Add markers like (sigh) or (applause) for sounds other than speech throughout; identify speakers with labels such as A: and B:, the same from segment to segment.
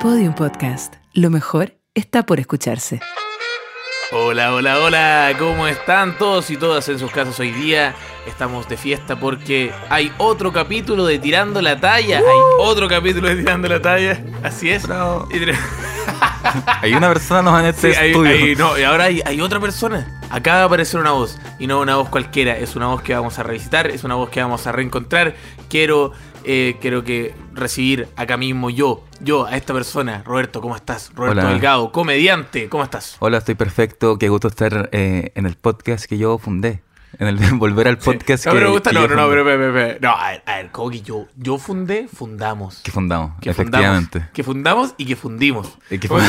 A: Podium Podcast. Lo mejor está por escucharse.
B: Hola, hola, hola, ¿cómo están todos y todas en sus casas hoy día? Estamos de fiesta porque hay otro capítulo de Tirando la Talla. Hay
C: ¡Uh!
B: otro capítulo de Tirando la Talla. Así es.
C: Bravo.
B: Y tenemos-
C: (laughs) Hay una persona nomás
B: (laughs)
C: en
B: Sí,
C: este
B: hay-
C: estudio.
B: hay- no, y ahora hay, hay otra persona. Acaba de aparecer una voz. Y no una voz cualquiera. Es una voz que vamos a revisitar. Es una voz que vamos a reencontrar. Quiero, eh, quiero que recibir acá mismo yo. Yo, a esta persona. Roberto, ¿cómo estás? Roberto
C: Hola.
B: Delgado, comediante. ¿Cómo estás?
C: Hola, estoy perfecto. Qué gusto estar eh, en el podcast que yo fundé. En el (laughs) volver al podcast
B: no,
C: que,
B: pero me gusta,
C: que
B: no,
C: yo
B: no, no,
C: fundé.
B: pero, pero, pero- pero- no, a ver, a ver, como que yo, yo fundé, fundamos.
C: que fundamos,
B: Que
C: efectivamente.
B: Fundamos, que fundamos y que fundimos.
C: Eh, que, fund-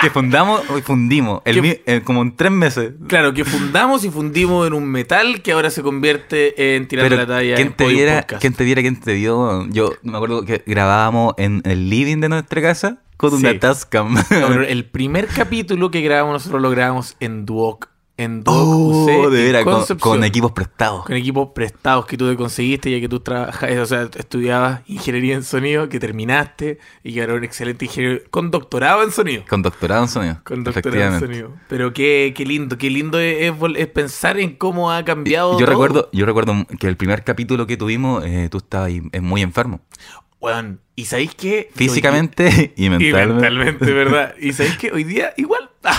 C: que fundamos y fundimos. El
B: Que-
C: mi- eh, como en tres meses.
B: (laughs) Claro, que fundamos y fundimos en un metal que ahora se convierte en tirando
C: Pero
B: la talla.
C: ¿quién,
B: en
C: te
B: Podium
C: diera,
B: Podcast.
C: ¿quién te diera, quién te dio? Yo me acuerdo que grabábamos en el living de nuestra casa con
B: Sí.
C: una Tascam. (laughs)
B: No, pero el primer capítulo que grabamos nosotros lo grabamos en Duoc. En Duoc
C: Oh,
B: UC,
C: de
B: en
C: veras, con,
B: Concepción.
C: con equipos prestados.
B: Con equipos prestados que tú te conseguiste, ya que tú trabajas, o sea, estudiabas ingeniería en sonido, que terminaste y que era un excelente ingeniero con doctorado en sonido.
C: Con doctorado en sonido.
B: Con doctorado en
C: efectivamente.
B: sonido. Pero qué, qué lindo, qué lindo es, es vol- es pensar en cómo ha cambiado. todo.
C: Yo recuerdo, yo recuerdo que el primer capítulo que tuvimos, eh, tú estabas ahí, eh, muy enfermo.
B: Weón, ¿y sabéis qué?
C: Físicamente y
B: Y
C: mentalmente.
B: mentalmente, ¿verdad? Y sabéis que hoy día
C: (laughs)
B: igual. (laughs)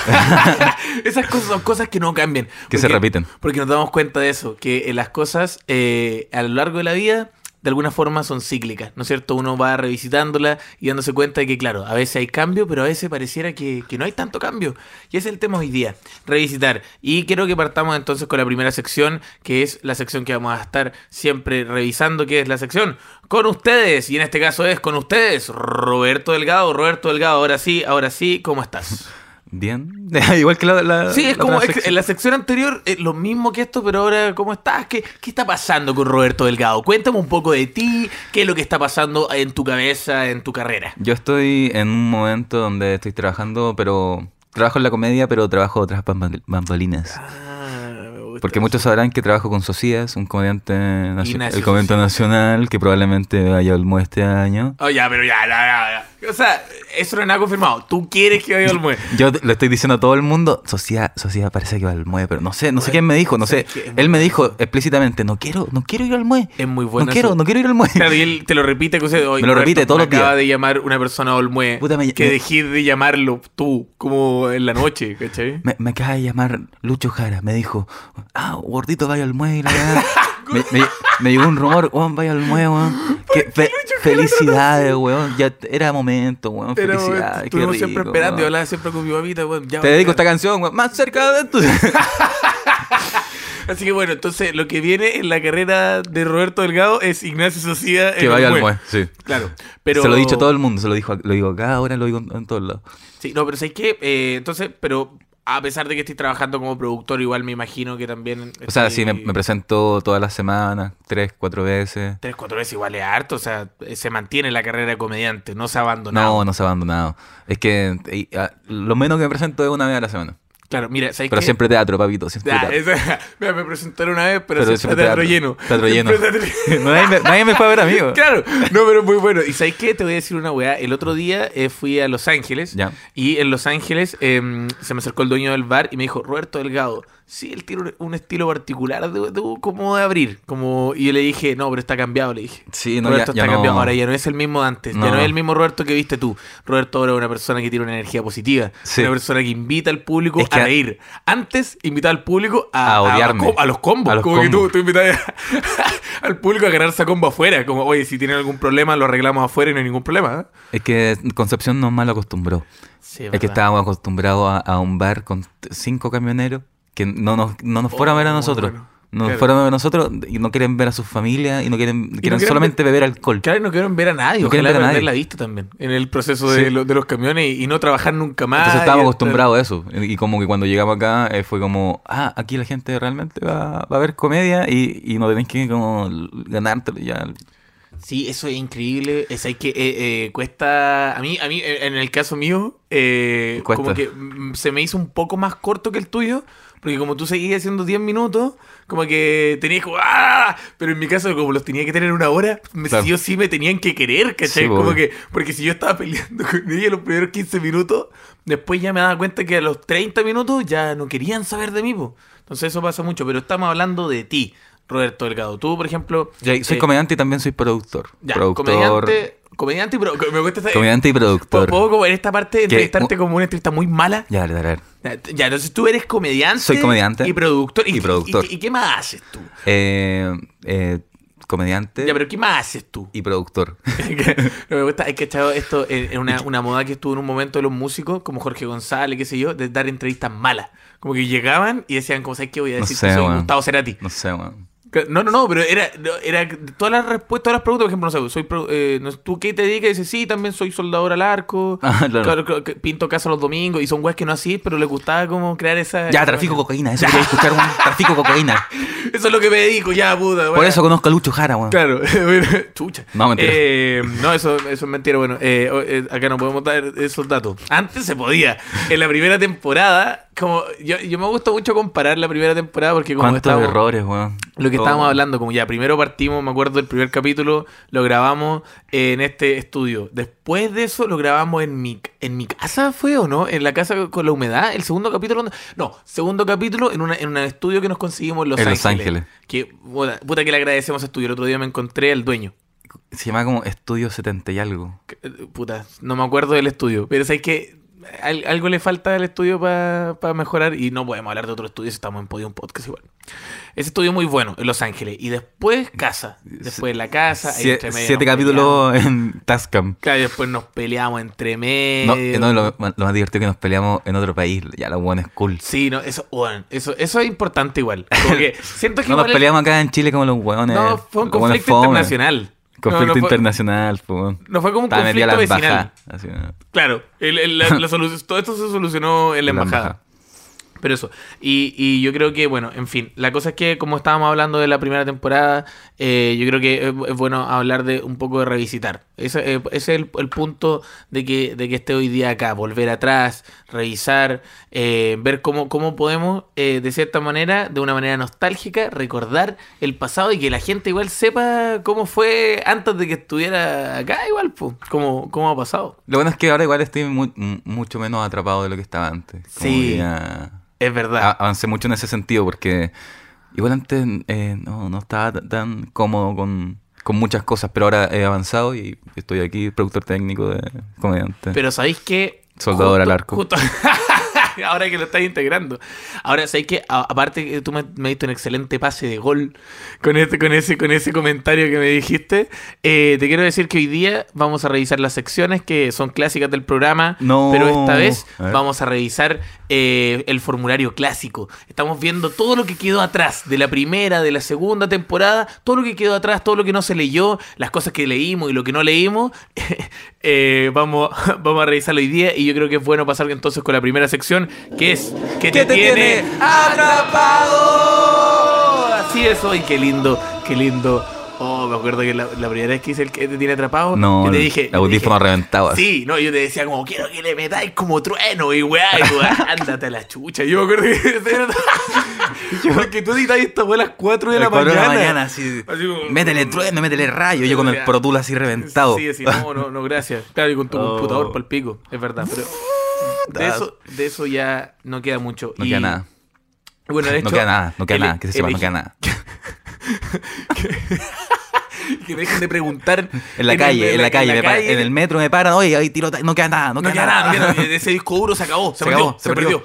B: Esas cosas son cosas que no cambian.
C: Que se
B: Porque-
C: repiten.
B: Porque nos damos cuenta de eso, que eh, las cosas eh, a lo largo de la vida de alguna forma son cíclicas, ¿no es cierto? Uno va revisitándola y dándose cuenta de que, claro, a veces hay cambio, pero a veces pareciera que, que no hay tanto cambio. Y ese es el tema hoy día, revisitar. Y quiero que partamos entonces con la primera sección, que es la sección que vamos a estar siempre revisando, que es la sección con ustedes. Y en este caso es con ustedes, Roberto Delgado. Roberto Delgado, ahora sí, ahora sí, ¿cómo estás?
C: Bien. (laughs) Igual que la. la-
B: Sí, es
C: Ah, la
B: como
C: otra
B: ex-
C: sección.
B: en la sección anterior, eh, lo mismo que esto, pero ahora, ¿cómo estás? ¿Qué, ¿Qué está pasando con Roberto Delgado? Cuéntame un poco de ti, qué es lo que está pasando en tu cabeza, en tu carrera.
C: Yo estoy en un momento donde estoy trabajando, pero. Trabajo en la comedia, pero trabajo otras bambalinas. Ah, Porque muchos sabrán que trabajo con Socias, un comediante, nacio-
B: Ignacio
C: el comediante nacional que probablemente vaya al MUE este año.
B: Oh, ya, pero ya, ya, ya, ya. O sea, eso no es nada confirmado. Tú quieres que vaya al MUE.
C: Yo te- le estoy diciendo a todo el mundo, Socias, Socias parece que va al MUE, pero no sé, no sé quién me dijo, no sé.
B: ¿sabes qué? Es
C: Él me dijo explícitamente, no quiero, no quiero ir al MUE.
B: Es muy bueno.
C: No quiero,
B: eso.
C: no quiero ir al MUE.
B: Claro, y él te lo repite que usted hoy.
C: Me lo repite todos los
B: Acaba
C: días.
B: de llamar una persona al MUE.
C: Puta, me-
B: que
C: me-
B: dejé de llamarlo tú, como en la noche, ¿cachai?
C: Me, me acaba de llamar Lucho Jara, me dijo, ah, gordito, vaya al muelle. la verdad".
B: (laughs)
C: me, me- me llegó un rumor, weón, vaya al muelle, weón. Que fe- felicidades, weón. Ya t- era momento, weón.
B: Pero
C: Felicidades. qué
B: estuvimos siempre
C: rico,
B: esperando y
C: weón.
B: hablaba siempre con mi mamita, weón. ya,
C: Te dedico
B: weón.
C: esta canción, weón. Más cerca
B: (laughs)
C: de tu.
B: Así que bueno, entonces lo que viene en la carrera de Roberto Delgado es Ignacio Sociedad.
C: que vaya al muelle, sí.
B: Claro, pero...
C: Se lo he dicho a todo el mundo, se lo, dijo, lo digo acá, ahora lo digo en, en todos lados.
B: Sí, no, pero ¿sabes qué? Eh, entonces, pero a pesar de que estoy trabajando como productor, igual me imagino que también...
C: O sea,
B: estoy-
C: sí, me, me presento todas las semanas, tres, cuatro veces.
B: Tres, cuatro veces igual es harto, o sea, eh, se mantiene la carrera de comediante, no se ha abandonado.
C: No, no se ha abandonado. Es que eh, ah, lo menos que me presento es una vez a la semana.
B: Claro, mira, ¿sabes
C: Pero
B: qué? (laughs)
C: siempre teatro, papito. Siempre
B: Ah,
C: teatro.
B: esa- mira, me presentaron una vez, pero,
C: Pero
B: siempre
C: siempre
B: teatro
C: teatro.
B: lleno. (laughs)
C: (laughs) Teatro lleno.
B: Siempre teatro
C: (laughs)
B: lleno.
C: (laughs) nadie, me, nadie me fue a ver,
B: (laughs)
C: amigo.
B: Claro, no, pero muy bueno. ¿Y sabes qué? Te voy a decir una weá. El otro día eh, fui a Los Ángeles
C: Ya.
B: y en Los Ángeles em, se me acercó el dueño del bar y me dijo, Roberto Delgado, sí, él tiene un- un estilo particular de, de- como de abrir. Como... Y yo le dije, no, pero está cambiado, le dije.
C: Sí, no,
B: Roberto
C: ya, ya
B: está
C: no.
B: cambiado, ahora ya no es el mismo de antes, ya
C: No.
B: no es el mismo Roberto que viste tú. Roberto ahora es una persona que tiene una energía positiva,
C: Sí.
B: una persona que invita al público
C: Es que
B: a
C: a-
B: reír. Antes invitaba al público a,
C: A odiarme.
B: co- a los combos,
C: A los
B: como que tú,
C: combos.
B: tú invitabas (laughs) al público a agarrarse a combo afuera, como oye, si tienen algún problema lo arreglamos afuera y no hay ningún problema. ¿eh?
C: Es que Concepción nos mal acostumbró. es que estábamos acostumbrados a, a un bar con t- cinco camioneros que no nos, no nos fueron a ver
B: Oh,
C: a nosotros.
B: bueno.
C: No nos
B: Claro.
C: fueron a ver a nosotros y no quieren ver a sus familias y no quieren, quieren
B: quieren
C: solamente beber alcohol.
B: Claro, y no quieren ver a nadie,
C: No quieren
B: ojalá
C: ver a
B: perder
C: nadie.
B: la vista también en el proceso de,
C: Sí.
B: lo- de los camiones y, y no trabajar nunca más. y-
C: Entonces estábamos acostumbrados a eso. Y y como que cuando llegamos acá eh, fue como, ah, aquí la gente realmente va, va a ver comedia y, y no tenés que como ganártelo ya.
B: Sí, eso es increíble. Es hay que eh, eh, cuesta. A mí, a mí, eh, en el caso mío, eh,
C: Cuesta.
B: como que mm, se me hizo un poco más corto que el tuyo. Porque como tú seguías haciendo 10 minutos, como que tenías como. ¡Ah! Pero en mi caso, como los tenía que tener una hora, me,
C: Claro.
B: sí o sí me tenían que querer, ¿cachai?
C: Sí,
B: como
C: obvio.
B: que. Porque si yo estaba (laughs) peleando con ella los primeros 15 minutos, después ya me daba cuenta que a los 30 minutos ya no querían saber de mí, po. Entonces eso pasa mucho. Pero estamos hablando de ti, Roberto Delgado. Tú, por ejemplo.
C: Ya, soy
B: eh,
C: comediante y también soy productor.
B: ya,
C: productor.
B: comediante. eh, Comediante, pero me cuesta esta-
C: comediante y
B: ¿Puedo,
C: productor.
B: puedo como en esta parte entrevistarte
C: un-
B: como una entrevista muy mala?
C: Ya, dale, dale.
B: Ya, t- ya, entonces tú eres comediante.
C: Soy comediante
B: Y productor.
C: y productor.
B: Y, y qué más haces tú?
C: Eh, eh, comediante
B: Ya, pero ¿qué más haces tú? (laughs)
C: y productor. (laughs)
B: No, me gusta, hay que echar esto en, en una, una moda que estuvo en un momento de los músicos, como Jorge González, qué sé yo, de dar entrevistas malas. Como que llegaban y decían, como sabes qué voy a
C: No
B: decir?
C: sé,
B: que soy
C: weón.
B: Gustavo Cerati.
C: No sé, weón.
B: No, no, no, pero era, no, era todas las respuestas, todas las preguntas, por ejemplo, no sé, soy, pro- eh, no sé, ¿tú qué te dedicas? Y dices, sí, también soy soldador al arco,
C: (laughs) Ah, claro.
B: Claro, claro, que pinto casa los domingos, y son weas que no así, pero les gustaba como crear esa...
C: Ya, trafico cocaína. Eso quería
B: (laughs)
C: escuchar, weón. Trafico cocaína.
B: Eso es lo que me dedico, ya, puta.
C: Por
B: bueno.
C: eso conozco a Lucho Jara, weón.
B: Claro, (laughs) bueno, chucha.
C: No, mentira.
B: Eh, no, eso, eso es mentira. Bueno, eh, o- eh, acá no podemos dar esos datos. Antes se podía. En la primera temporada, como yo, yo me gusta mucho comparar la primera temporada porque como
C: ¿Cuántos
B: estábamos-
C: errores, weón?
B: lo que
C: Todo.
B: estábamos hablando, como ya primero partimos, me acuerdo del primer capítulo, lo grabamos en este estudio. Después de eso lo grabamos en mi, en mi casa, ¿fue o no? En la casa con la humedad. El segundo capítulo, ¿dónde? no, segundo capítulo en, una, en un estudio que nos conseguimos en Los
C: En Los
B: Ángeles.
C: Ángeles.
B: Que, puta, puta que le agradecemos a ese estudio. El otro día me encontré al dueño.
C: Se llama como Estudio 70 y algo.
B: Que, eh, Puta, no me acuerdo del estudio. Pero sabes que algo le falta al estudio para mejorar y no podemos hablar de otro estudio si estamos en Podium Podcast igual. Ese estudio muy bueno en Los Ángeles y después casa. Después la casa. ahí
C: Sie-
B: entre medio
C: siete
B: nos peleamos.
C: capítulos en Tascam.
B: Claro, y después nos peleamos entre medio.
C: No, eh, no, lo, lo más divertido es que nos peleamos en otro país. Ya la buena es cool.
B: Sí, no, eso, bueno, eso, eso es importante igual. Como
C: (laughs)
B: que siento que
C: No nos
B: igual el-
C: peleamos acá en Chile como los hueones.
B: no, fue un
C: los hueones
B: conflicto
C: fome.
B: internacional. No,
C: Conflicto
B: no fue-
C: internacional, po, weón.
B: No fue como un
C: Estaba metida
B: conflicto
C: la
B: vecinal.
C: embajada. así, ¿no?
B: Claro, el- el- (laughs) la- la solu- todo esto se solucionó en la embajada. Pero eso, y, y yo creo que, bueno, en fin, la cosa es que como estábamos hablando de la primera temporada, eh, yo creo que es, es bueno hablar de un poco de revisitar. Ese, eh, ese es el, el punto de que, de que esté hoy día acá, volver atrás, revisar, eh, ver cómo, cómo podemos, eh, de cierta manera, de una manera nostálgica, recordar el pasado y que la gente igual sepa cómo fue antes de que estuviera acá, igual, pues, cómo, cómo ha pasado.
C: Lo bueno es que ahora igual estoy mu- m- mucho menos atrapado de lo que estaba antes. Como
B: Sí.
C: que ya
B: Es verdad.
C: a- avancé mucho en ese sentido porque igual antes eh, no, no estaba ta- tan cómodo con, con muchas cosas, pero ahora he avanzado y estoy aquí, productor técnico de comediante.
B: Pero sabéis que.
C: Soldador al arco.
B: (laughs) ahora que lo estás integrando. Ahora sabéis que, a- aparte que tú me, me diste un excelente pase de gol con, este, con, ese, con ese comentario que me dijiste, eh, te quiero decir que hoy día vamos a revisar las secciones que son clásicas del programa.
C: No.
B: Pero esta vez
C: A ver.
B: vamos a revisar eh, el formulario clásico. Estamos viendo todo lo que quedó atrás de la primera, de la segunda temporada, todo lo que quedó atrás, todo lo que no se leyó, las cosas que leímos y lo que no leímos. (laughs) Eh, vamos, (laughs) vamos a revisarlo hoy día y yo creo que es bueno pasar entonces con la primera sección, que es ¿Qué te, tiene? atrapado? Así es hoy, qué lindo, qué lindo. Oh, me acuerdo que la, la primera vez que hice el que te tiene atrapado,
C: no,
B: Oh, yo te
C: el
B: dije, yo te dije,
C: audífono reventado. así.
B: Sí, no, yo te decía como, quiero que le metáis como trueno y weá, y tú, "Ah,
C: (laughs)
B: ándate a la chucha. Yo me acuerdo (laughs) que... Porque tú editabas esta weá a las 4 de
C: A
B: la
C: las cuatro de
B: mañana.
C: la mañana, así,
B: Así como- mm,
C: métele trueno, métele rayo, yo con el Pro Tool así reventado.
B: Sí, sí, no, no, no, gracias. Claro, y con tu
C: Oh.
B: computador para el pico, es verdad, pero... De eso, de eso ya no queda mucho.
C: (laughs) No
B: Y,
C: queda nada,
B: Bueno, de
C: no
B: hecho,
C: queda nada, no queda
B: ele-
C: nada, que se sepa, no
B: elegí-
C: queda nada.
B: (laughs) Que dejen de preguntar...
C: (laughs) En la calle, en la calle, me para- en el metro me paran, oye, ahí tiro, no queda nada, no
B: No,
C: queda,
B: queda nada, no queda
C: (laughs)
B: nada. Ese disco duro se acabó, se, perdió,
C: acabó,
B: se perdió.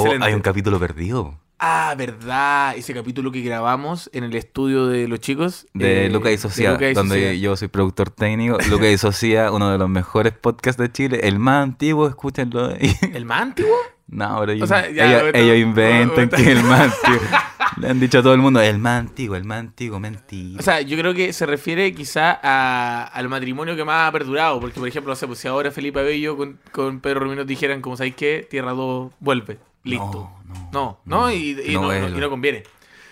B: (laughs) Excelente.
C: hay un capítulo perdido
B: Ah, verdad. Ese capítulo que grabamos en el estudio de los chicos.
C: de
B: eh,
C: Luca y Socia,
B: Luca y
C: donde
B: Socia.
C: yo soy productor técnico.
B: (laughs)
C: Luca y Socia, uno de los mejores podcasts de Chile, el más antiguo, escúchenlo. (laughs) Y-
B: ¿El más antiguo?
C: no, ahora
B: O sea, ya,
C: ellos,
B: bueno,
C: ellos inventan
B: bueno,
C: que
B: (laughs)
C: el más antiguo. Le han dicho a todo el mundo, el más antiguo, el más antiguo, mentira.
B: O sea, yo creo que se refiere quizá a- al matrimonio que más ha perdurado. Porque, por ejemplo, no sé, pues, si ahora Felipe Abello con, con Pedro Romero dijeran, como sabéis que Tierra 2 vuelve. Listo.
C: No, no,
B: No, no,
C: no,
B: y, y
C: no
B: no, no-
C: es lo-
B: y no conviene.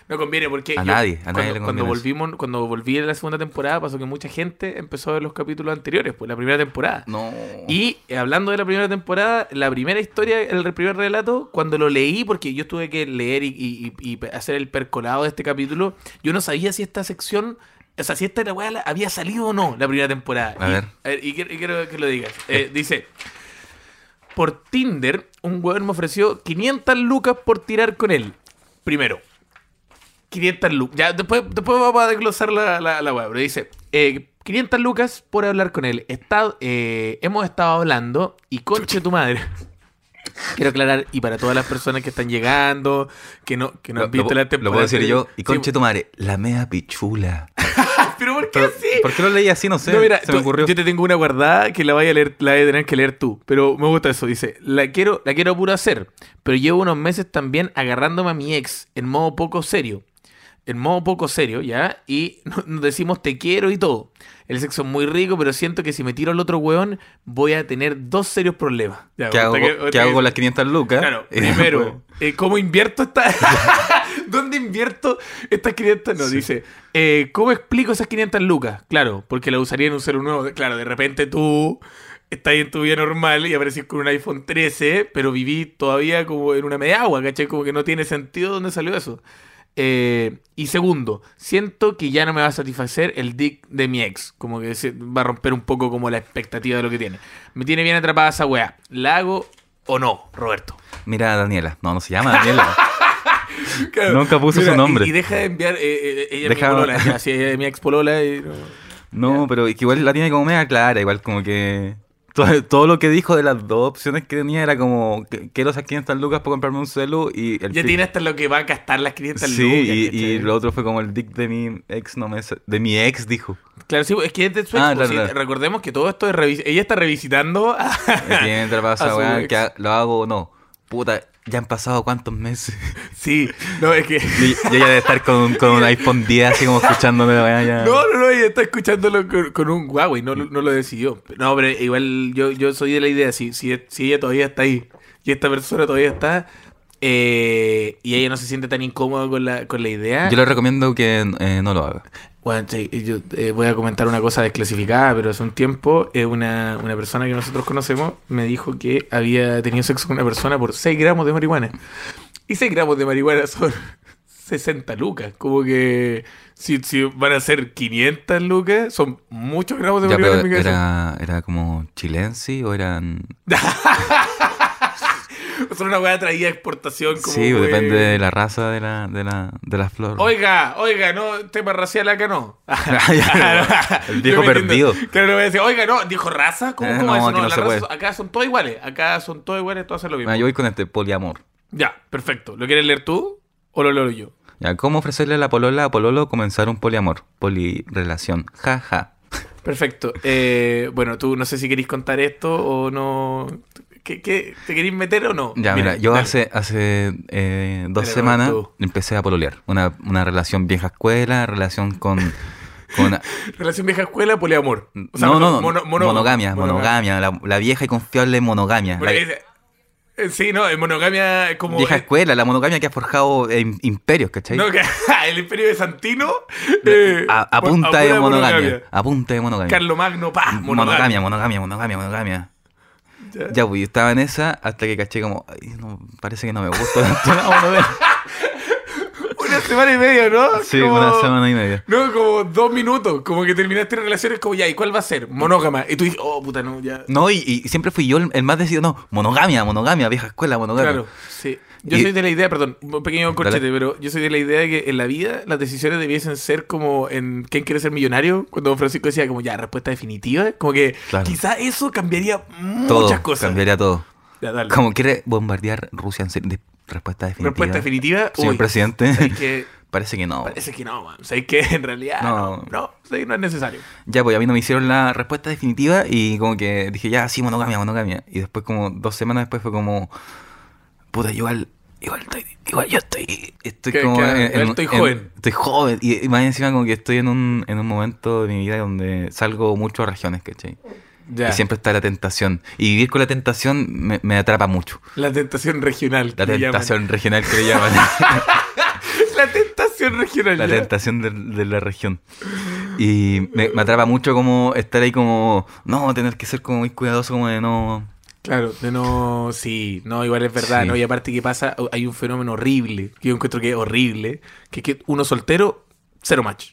B: No conviene porque.
C: A nadie, a nadie
B: cuando,
C: le conviene
B: cuando
C: eso.
B: volvimos, cuando volví en la segunda temporada, pasó que mucha gente empezó a ver los capítulos anteriores, pues la primera temporada.
C: No.
B: Y eh, hablando de la primera temporada, la primera historia, el re- primer relato, cuando lo leí, porque yo tuve que leer y, y- y- y hacer el percolado de este capítulo, yo no sabía si esta sección, o sea, si esta era weá la- había salido o no la primera temporada.
C: A
B: y,
C: ver.
B: y quiero, y quiero que lo digas. Eh, dice, por Tinder, un weón me ofreció 500 lucas por tirar con él. Primero. 500 lucas. Ya, después, después vamos a desglosar la, la, la weá, pero dice: eh, 500 lucas por hablar con él. Está, eh, hemos estado hablando y conche tu madre. (laughs) Quiero aclarar, y para todas las personas que están llegando, que no, que no
C: Lo,
B: han visto
C: lo-
B: la
C: lo
B: temporada.
C: puedo decir yo. Y
B: Sí,
C: conche tu madre, la mea pichula.
B: (laughs) Pero ¿por qué
C: Pero,
B: así?
C: ¿Por qué lo leí así? No sé.
B: No, mira,
C: se me
B: tú-
C: ocurrió.
B: yo te tengo una guardada que la vaya a leer, la voy a tener que leer tú. Pero me gusta eso, dice. La quiero, la quiero puro hacer. Pero llevo unos meses también agarrándome a mi ex en modo poco serio. En modo poco serio, ¿ya? Y (laughs) no- nos decimos te quiero y todo. El sexo es muy rico, pero siento que si me tiro al otro weón, voy a tener dos serios problemas. Ya,
C: ¿Qué hago,
B: hasta que- hasta
C: con- ¿Qué
B: que-
C: hago con las 500 lucas?
B: Claro,
C: (laughs) Y después-
B: primero, eh, ¿cómo invierto esta... ¿Dónde invierto estas 500? No, dice, eh, ¿cómo explico esas 500 lucas? Claro, porque la usaría en un celular nuevo. Claro, de repente tú estás en tu vida normal y aparecís con un iPhone 13, pero viví todavía como en una media agua, ¿cachai? Como que no tiene sentido dónde salió eso. Eh, y segundo, siento que ya no me va a satisfacer el dick de mi ex. Como que se va a romper un poco como la expectativa de lo que tiene. Me tiene bien atrapada esa weá. ¿La hago o no, Roberto?
C: Mira, Daniela. No, no se llama Daniela.
B: (laughs) Claro.
C: Nunca puso su nombre.
B: Y, y deja de enviar. eh, eh, ella es
C: Deja-
B: mi
C: (laughs)
B: polola. ya, sí, ella es mi ex polola. y no-
C: No, pero es que igual la tiene como mega clara, igual como que... Todo, todo lo que dijo de las dos opciones que tenía era como, que- quiero esas 500 lucas para comprarme un celu y... El
B: Ya
C: pic-
B: tiene hasta lo que va a gastar las 500
C: Sí,
B: lucas,
C: y, y
B: ¿cachai?
C: lo otro fue como el dick de mi ex, no me... sa- De mi ex,
B: (laughs)
C: dijo.
B: Claro, sí, es que es de su ex,
C: Ah,
B: pues,
C: claro,
B: sí,
C: claro.
B: Recordemos que todo esto es. revis- Ella está revisitando. a- (laughs)
C: Tiene
B: A
C: pasa,
B: su
C: weón,
B: ex.
C: que ha- lo hago o no. Puta, ya han pasado cuántos meses.
B: (laughs) sí, no, es que.
C: Y y ella debe estar con, con un iPhone 10 así como escuchándome, weón, ya.
B: No, no, no, ella está escuchándolo con, con un Huawei, no, lo- no lo decidió. No, pero igual yo, yo soy de la idea, si, si, si ella todavía está ahí y esta persona todavía está eh, y ella no se siente tan incómoda con la, con la idea,
C: Yo le recomiendo que eh, no lo haga.
B: Bueno, sí, yo eh, voy a comentar una cosa desclasificada, pero hace un tiempo eh, una, una persona que nosotros conocemos me dijo que había tenido sexo con una persona por 6 gramos de marihuana. Y 6 gramos de marihuana son (laughs) 60 lucas. Como que si, si van a ser 500 lucas, son muchos gramos de
C: Ya,
B: marihuana
C: pero
B: en mi (laughs) cabeza.
C: era, era como chilense o eran...
B: Son una weá traída a exportación. Como,
C: Sí, pues,
B: eh,
C: depende de la raza de la, de la, de la flor. (laughs)
B: Oiga, oiga, no, tema racial acá no. (laughs) Ah,
C: (laughs) El viejo
B: Yo me entiendo.
C: perdido.
B: Claro, no voy a decir, oiga, no, dijo raza. ¿Cómo,
C: Eh,
B: cómo
C: no,
B: eso?
C: aquí no
B: las
C: se
B: razas
C: puede.
B: acá son todos iguales. Acá son todos iguales, todos hacen lo mismo.
C: Mira, yo voy con este poliamor.
B: Ya, perfecto. ¿Lo quieres leer tú o lo leo yo?
C: Ya, ¿cómo ofrecerle a la polola a pololo comenzar un poliamor? Polirrelación. Ja, ja.
B: Perfecto. Eh, bueno, tú no sé si queréis contar esto o no. ¿Qué, qué? te queréis meter o no?
C: Ya, mira, yo
B: dale.
C: hace, hace eh, dos
B: Dale,
C: semanas
B: Roberto.
C: empecé a pololear. Una, una relación vieja escuela, relación
B: (laughs)
C: con... con
B: Relación vieja escuela, poliamor. O sea,
C: no,
B: mono-
C: no, no,
B: mono- mono-
C: monogamia, monogamia, la, la vieja y confiable monogamia.
B: Bueno,
C: la-
B: es- eh, Sí, no, en monogamia es como.
C: vieja
B: es-
C: escuela, la monogamia que ha forjado eh, im- imperios, ¿cachai?
B: No, que (laughs) el imperio bizantino. eh,
C: a, a punta
B: pura
C: de monogamia, A punta de monogamia.
B: Carlo Magno, pa, ah, monogamia.
C: monogamia, monogamia, monogamia, monogamia.
B: Ya.
C: Ya, pues, yo estaba en esa hasta que caché como, "Ay, no, parece que no me gusta tanto la
B: (laughs)
C: monogamia".
B: Una semana y media, ¿no?
C: Sí,
B: Como-
C: una semana y media.
B: No, como dos minutos. Como que terminaste relaciones, como ya, ¿y cuál va a ser? Monógama. Y tú dices, oh, puta, no, ya.
C: No, y, y siempre fui yo el, el más decidido, no, monogamia, monogamia, vieja escuela, monogamia.
B: Claro, sí. Yo
C: Y-
B: soy de la idea, perdón, un pequeño corchete,
C: Dale.
B: pero yo soy de la idea de que en la vida las decisiones debiesen ser como en ¿Quién quiere ser millonario? Cuando don Francisco decía como ya, respuesta definitiva. Como que
C: Claro.
B: quizá eso cambiaría
C: Todo,
B: muchas cosas.
C: cambiaría todo.
B: Ya, dale.
C: Como quiere bombardear Rusia en serio, de- respuesta definitiva.
B: Respuesta definitiva.
C: Señor
B: uy,
C: presidente.
B: ¿sabes qué?
C: (laughs) Parece que no.
B: Parece que no, man. Sabes que (laughs) en realidad no,
C: No.
B: no, sabes que no es necesario.
C: Ya, pues a mí no me hicieron la respuesta definitiva y como que dije, ya, sí, monogamia, monogamia. Y después como dos semanas después fue como, puta, yo igual, igual estoy, igual yo estoy, estoy
B: Que-
C: como...
B: que igual estoy joven.
C: Estoy joven. Y, y más encima como que estoy en un, en un momento de mi vida donde salgo mucho a regiones, ¿cachai?
B: Ya.
C: Y siempre está la tentación. Y vivir con la tentación me, me atrapa mucho.
B: La tentación regional.
C: La
B: que le llaman.
C: tentación regional que le llaman.
B: (laughs) La tentación tentación regional.
C: La
B: ya.
C: tentación de, de la región. Y me, me atrapa mucho como estar ahí como, no, tener que ser como muy cuidadoso, como de no...
B: Claro, de no, sí, no, igual es verdad,
C: Sí.
B: ¿no? Y aparte que pasa, o- hay un fenómeno horrible, que yo encuentro que es horrible, que es que uno soltero, cero match.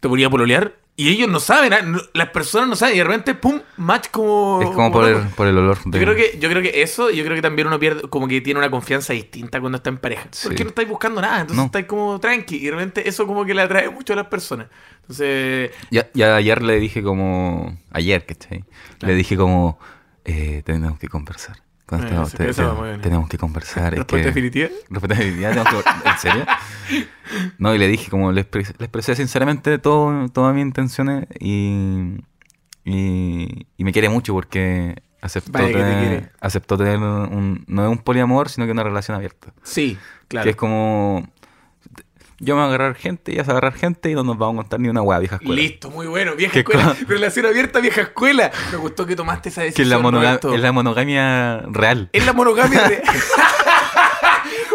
B: Te ponía a pololear y ellos no saben, ah, no- las personas no saben, y de repente, pum, match como...
C: Es como por el, por el olor.
B: Oh, Yo creo, que, yo creo que eso, yo creo que también uno pierde, como que tiene una confianza distinta cuando está en pareja.
C: Sí.
B: Porque no estáis buscando nada, entonces
C: No.
B: estáis como tranqui, y de repente eso como que le atrae mucho a las personas. Entonces,
C: Ya, ya ayer le dije como... Ayer, ¿cachai? Le dije como, eh, tenemos que conversar. Cuando
B: Eh,
C: estaba-
B: eso-
C: te-
B: eso va
C: te-
B: muy bien.
C: tenemos que conversar. es
B: respuesta
C: que-
B: definitiva.
C: Respetabilidad, tengo que- ¿en serio? No, y le dije, como le expres- le expresé, sinceramente todo, todas mis intenciones y, y, y me quiere mucho porque aceptó
B: Vaya que te quiere.
C: tener, aceptó tener un, no es un poliamor, sino que una relación abierta.
B: Sí, claro.
C: Que es como, yo me voy a agarrar gente, ya se va a agarrar gente y no nos vamos a contar ni una hueá, vieja escuela.
B: Listo, muy bueno. Vieja
C: Qué
B: escuela.
C: cosa.
B: Relación abierta, vieja escuela. Me gustó que tomaste esa
C: Que
B: decisión.
C: es la, monoga-
B: Roberto.
C: es la monogamia real.
B: Es la monogamia de. (laughs)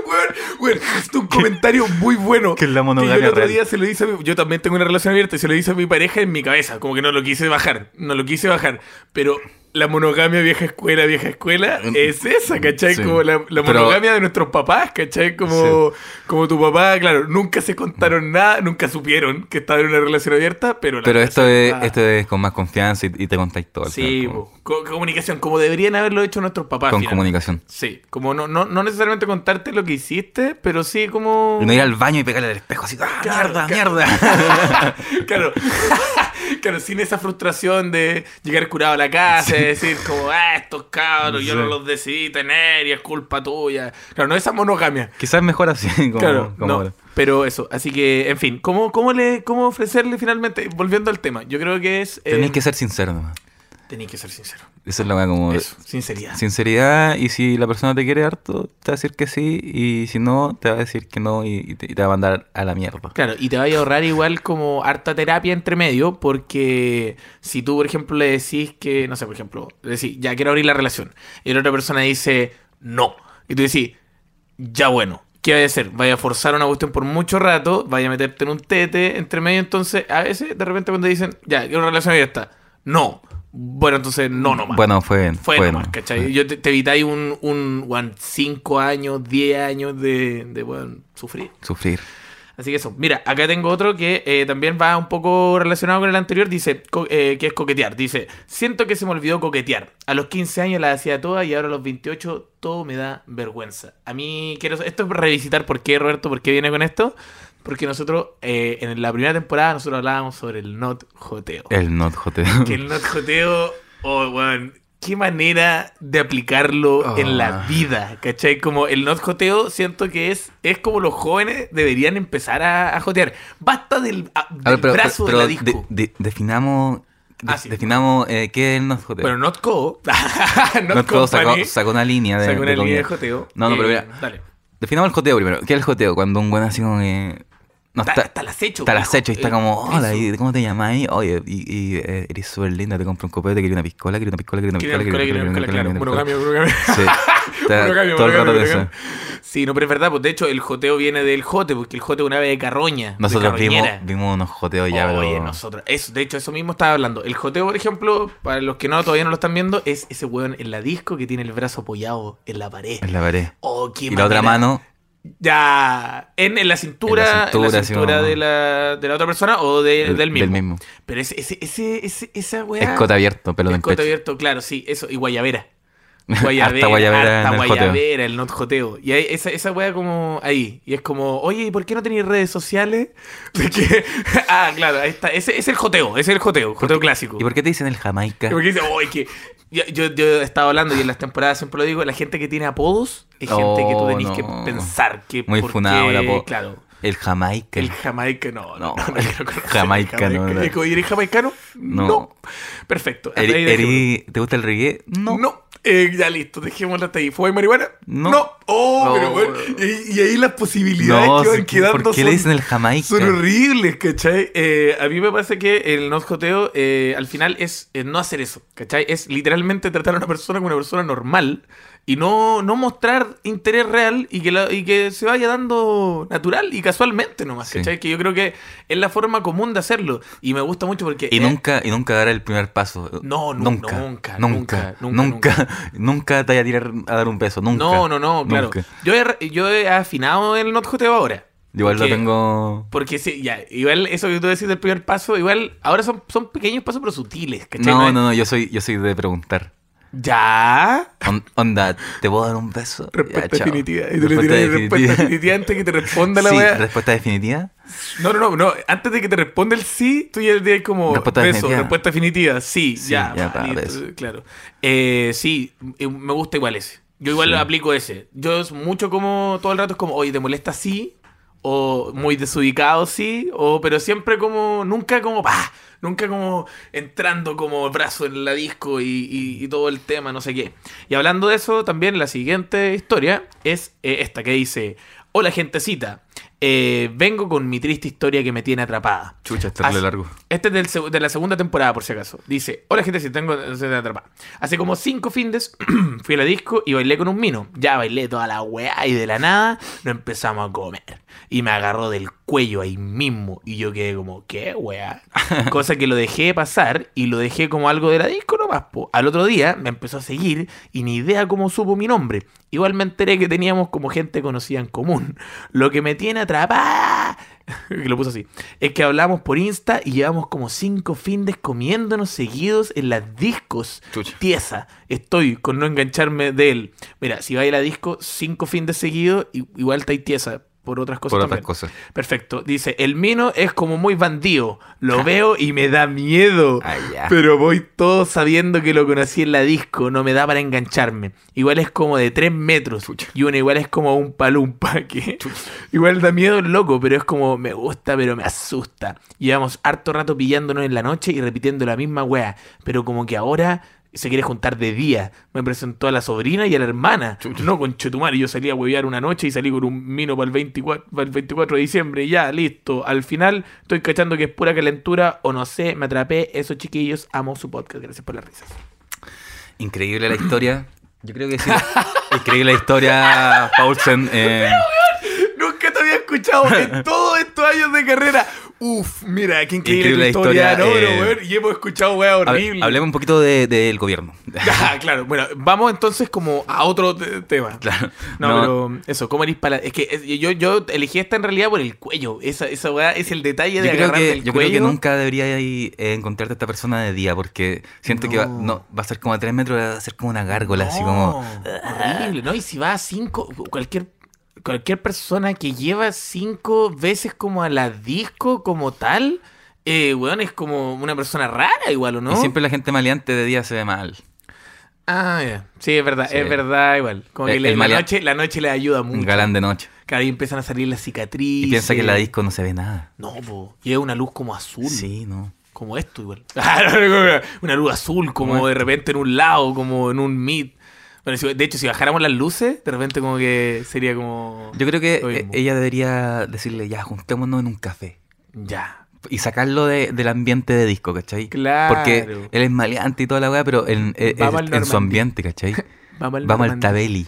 B: Weón, weón, es un comentario muy bueno.
C: que es la
B: yo el
C: monogamia
B: otro
C: real.
B: día se lo hice a mi- Yo también tengo una relación abierta y se lo hice a mi pareja en mi cabeza. Como que no lo quise bajar. No lo quise bajar. Pero la monogamia vieja escuela, vieja escuela, es esa, ¿cachai?
C: Mm, Sí.
B: Como la, la
C: Pero-
B: monogamia de nuestros papás, ¿cachai? Como, como tu papá, claro, nunca se contaron nada, nunca supieron que estaba en una relación abierta, pero la
C: Mm. Pero esto
B: relación
C: es,
B: estaba-
C: esto es con más confianza y, y te contáis todo. al
B: Sí,
C: final, como-
B: po. Co- comunicación, como deberían haberlo hecho nuestros papás.
C: con
B: finalmente.
C: comunicación.
B: Sí, como no, no, no necesariamente contarte lo que hiciste, pero sí como...
C: Y no ir al baño y pegarle al espejo así, ¡ah,
B: Claro,
C: mierda,
B: claro. (laughs)
C: mierda!
B: Claro, (laughs) claro, sin esa frustración de llegar curado a la casa y decir como, ah, estos cabros, yo
C: Sí.
B: no los decidí tener y es culpa tuya. Claro, no esa monogamia.
C: Quizás mejor así, (laughs) como,
B: claro,
C: como
B: no,
C: ahora.
B: Pero eso, así que, en fin, ¿cómo, cómo, le, ¿cómo ofrecerle finalmente? Volviendo al tema, yo creo que es... eh,
C: Tenéis que ser sincero nomás.
B: tenéis que ser sincero.
C: Eso es la weá como...
B: Eso, sinceridad.
C: Sinceridad, y si la persona te quiere harto, te va a decir que sí, y si no, te va a decir que no, y, y te, y te va a mandar a la mierda.
B: Claro, y te vaya a ahorrar igual como harta terapia entre medio, porque si tú, por ejemplo, le decís que, no sé, por ejemplo, le decís, ya quiero abrir la relación, y la otra persona dice, no, y tú decís, ya bueno, ¿qué vaya a hacer? Vaya a forzar una cuestión por mucho rato, vaya a meterte en un tete entre medio, entonces a veces de repente cuando dicen, ya, quiero una relación abierta, no, bueno, entonces no nomás.
C: Bueno, fue bien.
B: Fue
C: fue
B: nomás,
C: nomás,
B: ¿cachai?
C: fue.
B: Yo te, te evitáis un, un, 5 años, 10 años de, de bueno, sufrir.
C: Sufrir.
B: Así que eso. Mira, acá tengo otro que eh, también va un poco relacionado con el anterior. Dice co- eh, que es coquetear. Dice: Siento que se me olvidó coquetear. A los 15 años la hacía toda y ahora a los 28 todo me da vergüenza. A mí quiero. Esto es revisitar por qué, Roberto, por qué viene con esto. Porque nosotros, eh, en la primera temporada, nosotros hablábamos sobre el not joteo.
C: El not joteo.
B: Que el not joteo, oh, weón, qué manera de aplicarlo
C: Ah.
B: en la vida, ¿cachai? Como el not joteo, siento que es, es como los jóvenes deberían empezar a, a jotear. Basta del, a- del
C: (laughs) A ver, pero,
B: brazo
C: pero
B: de la disco.
C: de- de- definamos, de-
B: Ah, sí.
C: definamos eh, qué es el not joteo.
B: Pero not co, (laughs) not,
C: Not joteo sacó,
B: company, sacó,
C: sacó una línea de,
B: una
C: de
B: línea de
C: comida.
B: joteo. Eh,
C: No, no, pero mira,
B: Dale.
C: Definamos el joteo primero. ¿Qué es el joteo? Cuando un buen así como que. No
B: Está,
C: está.
B: está al acecho.
C: Está al
B: viejo.
C: acecho y está
B: Eh,
C: como, hola,
B: eso.
C: ¿y ¿cómo te llamáis? Oye, y, y, eh, eres súper linda, te compro un copete, quería una piscola, quería una piscola, quería una
B: Quiero
C: piscola,
B: ir a la escuela, quiero ir a la escuela, claro.
C: quería
B: Monogamia, monogamia. (laughs)
C: Sí, está
B: Monogamia,
C: todo el rato
B: monogamia,
C: de eso.
B: monogamia. Sí, no, pero es verdad, pues de hecho el joteo viene del jote, porque el jote es una ave de carroña. de
C: Nosotros vimos,
B: carroñera.
C: vimos unos joteos ya,
B: Oye,
C: pero-
B: nosotros. Eso, de hecho, eso mismo estaba hablando. El joteo, por ejemplo, para los que no todavía no lo están viendo, es ese weón en la disco que tiene el brazo apoyado en la pared.
C: en la pared.
B: Oh, qué
C: Y la otra
B: manera.
C: mano,
B: Ya. En, en la cintura, en la
C: cintura,
B: cintura,
C: así como-
B: de, la, de la otra persona o de-
C: el-
B: del, mismo. Pero ese, ese, ese, ese- esa weá.
C: Escote abierto, pelo en
B: Escote
C: pecho.
B: abierto, claro, sí, eso. Y guayabera.
C: (laughs)
B: Guayabera, harta
C: guayabera en el joteo.
B: guayabera, el not joteo. Y ahí, esa, esa wea como ahí. Y es como, oye, ¿y por qué no tenéis redes sociales? (laughs) De que- ah, claro, ahí está. Ese ese es el joteo, ese es el joteo, joteo clásico.
C: ¿Y por qué te dicen el Jamaica?
B: Y porque dice, "Oh, es que yo, yo, yo he estado hablando y en las temporadas siempre lo digo, la gente que tiene apodos es gente que tú
C: Oh,
B: tenés
C: no.
B: que pensar que
C: Muy
B: por
C: funado el
B: qué-
C: apodo.
B: Claro.
C: El Jamaica.
B: El Jamaica no, no, no,
C: No,
B: no
C: el
B: quiero conocer el
C: Jamaica, no, no.
B: Es como, ¿y ¿Eres jamaicano? No.
C: No.
B: Perfecto. Hasta
C: Eri-
B: ahí dejémoslo.
C: Eri- ¿Te gusta el reggae?
B: No.
C: No.
B: Eh, ya listo, dejémoslo hasta ahí. ¿Fue marihuana?
C: No.
B: No. Oh,
C: No,
B: pero bueno,
C: weón.
B: y, y ahí las posibilidades
C: No,
B: que van
C: sí,
B: quedando
C: ¿por qué
B: son,
C: le dicen el Jamaica?
B: son horribles, ¿cachai? Eh, a mí me parece que el no joteo eh, al final es eh, no hacer eso, ¿cachai? Es literalmente tratar a una persona como una persona normal y no, no mostrar interés real y que, la- y que se vaya dando natural y casualmente nomás,
C: Sí.
B: ¿cachai? Que yo creo que es la forma común de hacerlo y me gusta mucho porque...
C: Y
B: eh,
C: nunca, y nunca dar el primer paso.
B: No, nu-
C: nunca,
B: nunca,
C: nunca,
B: nunca,
C: nunca,
B: nunca,
C: nunca, (laughs) nunca te vaya a tirar a dar un beso, nunca.
B: no, no, no, claro.
C: Nunca.
B: Yo he, yo he afinado el no joteo ahora.
C: Igual
B: Porque-
C: lo tengo.
B: Porque sí, ya, igual eso que tú decís del primer paso, igual ahora son, son pequeños pasos pero sutiles, ¿cachai?
C: No,
B: es-
C: no, no, yo soy, yo soy de preguntar.
B: Ya.
C: On- onda, ¿te puedo dar un beso? Ya,
B: Respuesta
C: chao.
B: definitiva. Y tú le
C: Respuesta
B: tiras respuesta
C: definitiva.
B: definitiva antes que te responda la
C: Sí,
B: wea.
C: respuesta definitiva.
B: No, no, no, no. Antes de que te responda el sí, tú ya le dices como
C: Respuesta
B: beso,
C: definitiva.
B: respuesta definitiva. Sí,
C: Sí,
B: ya.
C: ya,
B: va,
C: pa,
B: listo,
C: beso.
B: Claro. Eh, sí, eh, me gusta igual ese. Yo igual
C: Sí.
B: aplico ese. Yo es mucho como todo el rato es como, oye, ¿te molesta sí? O muy desubicado sí, o pero siempre como, nunca como, pa, nunca como entrando como brazo en la disco y, y- y todo el tema, no sé qué. Y hablando de eso, también la siguiente historia es eh, esta que dice, hola gentecita, eh, vengo con mi triste historia que me tiene atrapada.
C: Chucha, está
B: Así-
C: largo.
B: Este es del seg- de la segunda temporada, por si acaso. Dice, hola gente, si tengo se te atrapa. Hace como cinco findes (clears throat) fui a la disco y bailé con un mino. Ya bailé toda la weá y de la nada nos empezamos a comer. Y me agarró del cuello ahí mismo. Y yo quedé como, ¿qué weá? Cosa que lo dejé pasar y lo dejé como algo de la disco nomás. po. Al otro día me empezó a seguir y ni idea cómo supo mi nombre. Igual me enteré que teníamos como gente conocida en común. Lo que me tiene atrapada (laughs) que lo puso así. Es que hablamos por Insta y llevamos como cinco findes comiéndonos seguidos en las discos.
C: Chucha.
B: Tiesa, estoy con no engancharme de él. Mira, si vais a la disco cinco findes seguidos, i- igual estáis tiesa por otras cosas
C: Por otras
B: también.
C: cosas.
B: Perfecto. Dice, el mino es como muy bandido. Lo veo y me da miedo.
C: Ah, ya.
B: Pero voy todo sabiendo que lo conocí en la disco, no me da para engancharme. Igual es como de 3 metros.
C: Chucha.
B: Y uno igual es como un palumpa que igual da miedo el loco, pero es como me gusta, pero me asusta. Llevamos harto rato pillándonos en la noche y repitiendo la misma wea, pero como que ahora se quiere juntar de día. Me presentó a la sobrina y a la hermana. No con Chetumari, yo salí a huevear una noche y salí con un mino para el 24, para el 24 de diciembre. y Ya, listo. Al final estoy cachando que es pura calentura o no sé, me atrapé. Esos chiquillos, amo su podcast. Gracias por las risas.
C: Increíble la historia. Yo creo que sí. (laughs) Increíble la historia, Paulsen. eh,
B: Nunca te había escuchado
C: (laughs)
B: en todos estos años de carrera. Uf, mira, qué increíble,
C: Increíble
B: tu historia, ¿no?
C: historia,
B: Pero,
C: eh,
B: weón, y hemos escuchado weá
C: hab-
B: horrible. (laughs)
C: hablemos un poquito de- del (laughs) gobierno.
B: Ya, claro. Bueno, vamos entonces como a otro te- tema.
C: Claro.
B: No,
C: No.
B: pero eso, ¿cómo eres para...? Es que es- yo, yo elegí esta en realidad por el cuello. Esa, esa weá es el detalle de
C: Yo, creo
B: agarrarte
C: que,
B: el
C: yo creo
B: cuello.
C: que nunca debería ir, eh, encontrarte a esta persona de día porque siento que va,
B: No.
C: no, va a ser como a tres metros, va a ser como una gárgola, así
B: No,
C: como...
B: Horrible, ¿no? Y si va a cinco, cualquier, cualquier persona que lleva cinco veces como a la disco como tal, eh, weón, es como una persona rara igual, ¿o no?
C: Y siempre la gente maleante de día se ve mal.
B: Ah, ya. Sí, es verdad,
C: Sí. Eh,
B: es verdad igual. Como que
C: El-
B: le-
C: el
B: la,
C: malea-
B: noche, la noche le ayuda mucho.
C: Un galán de noche.
B: Claro, ahí empiezan a salir las cicatrices.
C: Y piensa que en la disco no se ve nada.
B: No, po. Y es una luz como azul.
C: Sí, no.
B: Como esto igual. (laughs) una luz azul, como
C: Como
B: de repente en un lado, como en un mid. Bueno, si- de hecho, si bajáramos las luces, de repente como que sería como...
C: Yo creo que
B: Lo
C: eh,
B: mismo.
C: ella debería decirle, ya, juntémonos en un café.
B: Ya.
C: Y sacarlo de- del ambiente de disco, ¿cachai?
B: Claro.
C: Porque eh, él es maleante y toda la weá, pero en, eh,
B: Vamos al
C: es- en su
B: Normandí.
C: ambiente,
B: (laughs)
C: ¿cachai?
B: Vamos al,
C: Vamos al
B: Normandí.
C: Tabeli.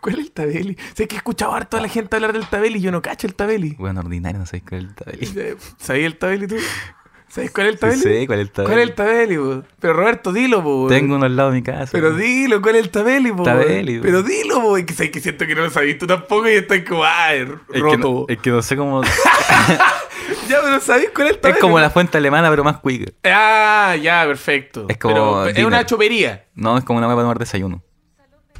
B: ¿Cuál es el Tabeli? Sé que he escuchado harto a la gente hablar del Tabeli y yo no cacho el Tabeli.
C: Bueno, ordinario, no sabéis cuál es el Tabeli.
B: (laughs) ¿Sabías el Tabeli tú? ¿Sabes cuál es el
C: Sí
B: Tabeli?
C: sé cuál es el Tabeli.
B: ¿Cuál es el Tabeli, po? Pero Roberto, dilo, po.
C: Tengo uno al lado de mi casa.
B: Pero
C: weón.
B: dilo, ¿cuál es el Tabeli, po?
C: Tabeli, po.
B: Pero dilo, po. Es que, sé que siento que no lo sabías tú tampoco y estás como, ah, es roto.
C: Es que, no, es que no sé
B: (laughs)
C: cómo. es
B: po. Ya, pero ¿sabías cuál es el Tabeli?
C: como la fuente alemana, pero más cuica.
B: Ah, ya, perfecto.
C: Es como
B: Pero es
C: dinner.
B: una chopería.
C: No, es como una weá para tomar desayuno.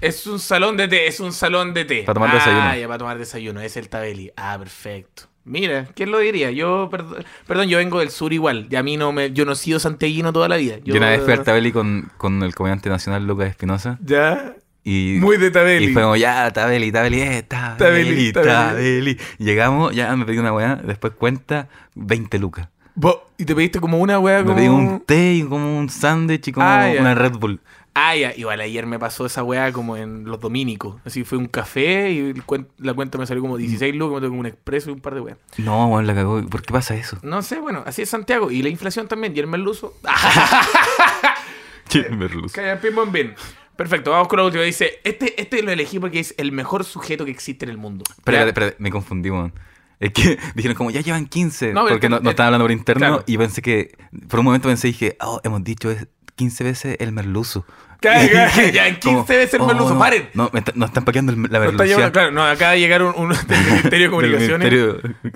B: Es un salón de té, es un salón de té.
C: Para tomar
B: ah,
C: desayuno.
B: ya, para tomar desayuno, es el tabeli. Ah, perfecto. Mira, ¿quién lo diría? Yo, perdón, perdón, yo vengo del sur igual. Y a mí no me, yo no he sido santiaguino toda la vida.
C: Yo, una vez fui al Tabeli con, con el comediante nacional Lucas Espinosa.
B: Ya,
C: Y,
B: muy de tabeli.
C: y fue como, ya, Tabeli, Tabeli, eh,
B: Tabeli,
C: Tabeli,
B: Tabeli.
C: Tabeli. Llegamos, ya me pedí una weá, después cuenta 20 lucas.
B: Vos- y te pediste como una wea
C: Me
B: Ah, como...
C: pedí un té y como un sándwich y como
B: Ah, ya.
C: una Red Bull.
B: Ah, ya, igual ayer me pasó esa weá como en los dominicos. Así fue un café y el cuen- la cuenta me salió como 16 lucas, me tengo como un expreso y un par de weá.
C: No, weón, la cagó. ¿Por qué pasa eso?
B: No sé, bueno, así es Santiago. Y la inflación también, y el Ah. merluzo. Eh,
C: (laughs)
B: Calla, pim, bom, bim. Perfecto, vamos con la última. Dice, este, este lo elegí porque es el mejor sujeto que existe en el mundo.
C: Espera,
B: Ya.
C: espera, espera, me confundí, weón. Es que (laughs) dijeron como ya llevan 15,
B: No, pero
C: porque
B: es que-
C: no, no estaban hablando por interno
B: claro.
C: y pensé que, por un momento pensé y dije, oh, hemos dicho es 15 veces el merluzo.
B: (laughs) Claro, claro,
C: Y dije, "Oh,
B: ya en 15 veces el merluzo,
C: no,
B: paren.
C: No, me está- nos están paqueando el- la
B: No está
C: merluza.
B: llevando- claro, no, acaba de llegar un, un (laughs) del Ministerio de Comunicaciones.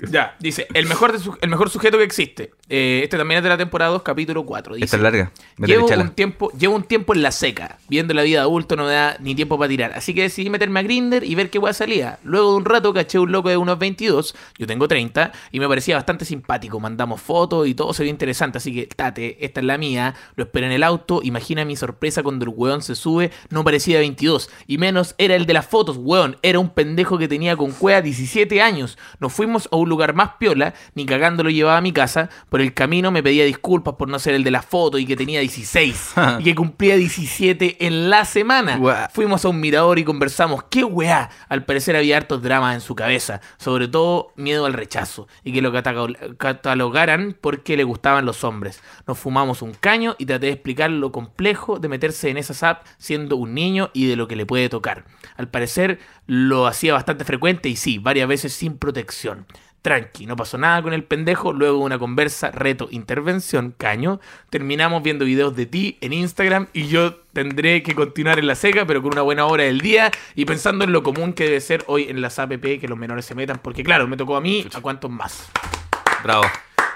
B: Ya, dice, el mejor, de su- el mejor sujeto que existe. Eh, este también es de la temporada 2, capítulo 4. Dice,
C: Esta es larga. Métele,
B: Llevo
C: chala.
B: un, tiempo, llevo un tiempo en la seca, viendo la vida de adulto, no me da ni tiempo para tirar. Así que decidí meterme a Grinder y ver qué hueá salía. Luego de un rato caché un loco de unos 22, yo tengo 30, y me parecía bastante simpático. Mandamos fotos y todo se vio interesante, así que tate, esta es la mía. Lo esperé en el auto, imagina mi sorpresa cuando el hueón se sube, no parecía de 22, y menos era el de las fotos, hueón, era un pendejo que tenía con cueva 17 años. Nos fuimos a un lugar más piola, ni cagando lo llevaba a mi casa, por el camino me pedía disculpas por no ser el de la foto y que tenía 16 y que cumplía 17 en la semana.
C: Guau.
B: Fuimos a un mirador y conversamos. ¡Qué weá! Al parecer había hartos dramas en su cabeza, sobre todo miedo al rechazo y que lo catago- catalogaran porque le gustaban los hombres. Nos fumamos un caño y traté de explicar lo complejo de meterse en esas apps siendo un niño y de lo que le puede tocar. Al parecer lo hacía bastante frecuente y sí, varias veces sin protección. Tranqui, no pasó nada con el pendejo. Luego una conversa, reto, intervención, caño. Terminamos viendo videos de ti en Instagram y yo tendré que continuar en la seca, pero con una buena hora del día y pensando en lo común que debe ser hoy en las APP que los menores se metan. Porque claro, me tocó a mí, ¿a cuántos más?
C: Bravo.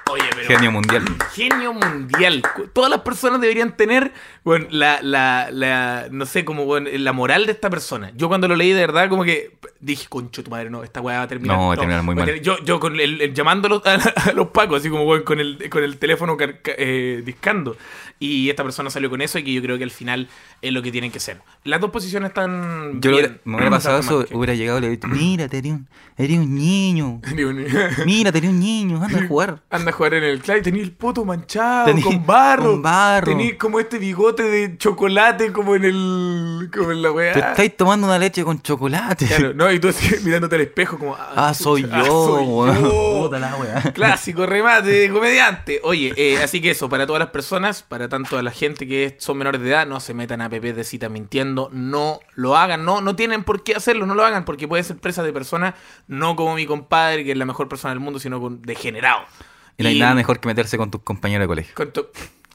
B: Oye, pero...
C: Genio mundial.
B: Genio mundial. Cu- Todas las personas deberían tener, bueno, la, la, la- no sé, como, bueno, la moral de esta persona. Yo cuando lo leí, de verdad, como que dije, concho, tu madre, no, esta weá va a terminar.
C: No, va a terminar muy
B: va a
C: mal.
B: ter- Yo, yo con el, el- llamándolo a, a los pacos, así como, bueno, con el, con el teléfono car- ca- eh, discando. Y esta persona salió con eso y que yo creo que al final es lo que tienen que ser. Las dos posiciones están...
C: Yo lo
B: bien.
C: hubiera- me
B: (clears throat)
C: hubiera pasado
B: Están (laughs)
C: eso,
B: más que-
C: hubiera llegado y le hubiera dicho, mira, te eres un, eres un niño.
B: Digo,
C: Mira, tenía un niño, anda
B: (laughs)
C: a jugar.
B: Anda a jugar en el clay, tenía el poto manchado,
C: Tení-
B: con barro.
C: con barro.
B: Tenía como este bigote de chocolate, como en el. como en la weá.
C: Te estáis tomando una leche con chocolate.
B: Claro, no, y tú así (laughs) mirándote al espejo como.
C: Ah, soy
B: pucha, ah,
C: yo,
B: soy
C: weón.
B: yo.
C: Puta la weá.
B: (laughs) Clásico remate de comediante. Oye, eh, así que eso, para todas las personas, para tanto a la gente que es- son menores de edad, no se metan a app de cita mintiendo, no lo hagan, no, no tienen por qué hacerlo, no lo hagan, porque puede ser presa de personas, no como mi compadre, que es la mejor persona del mundo, sino con degenerado.
C: (laughs) Y no hay nada mejor que meterse con tus compañeros de colegio.
B: Con tu-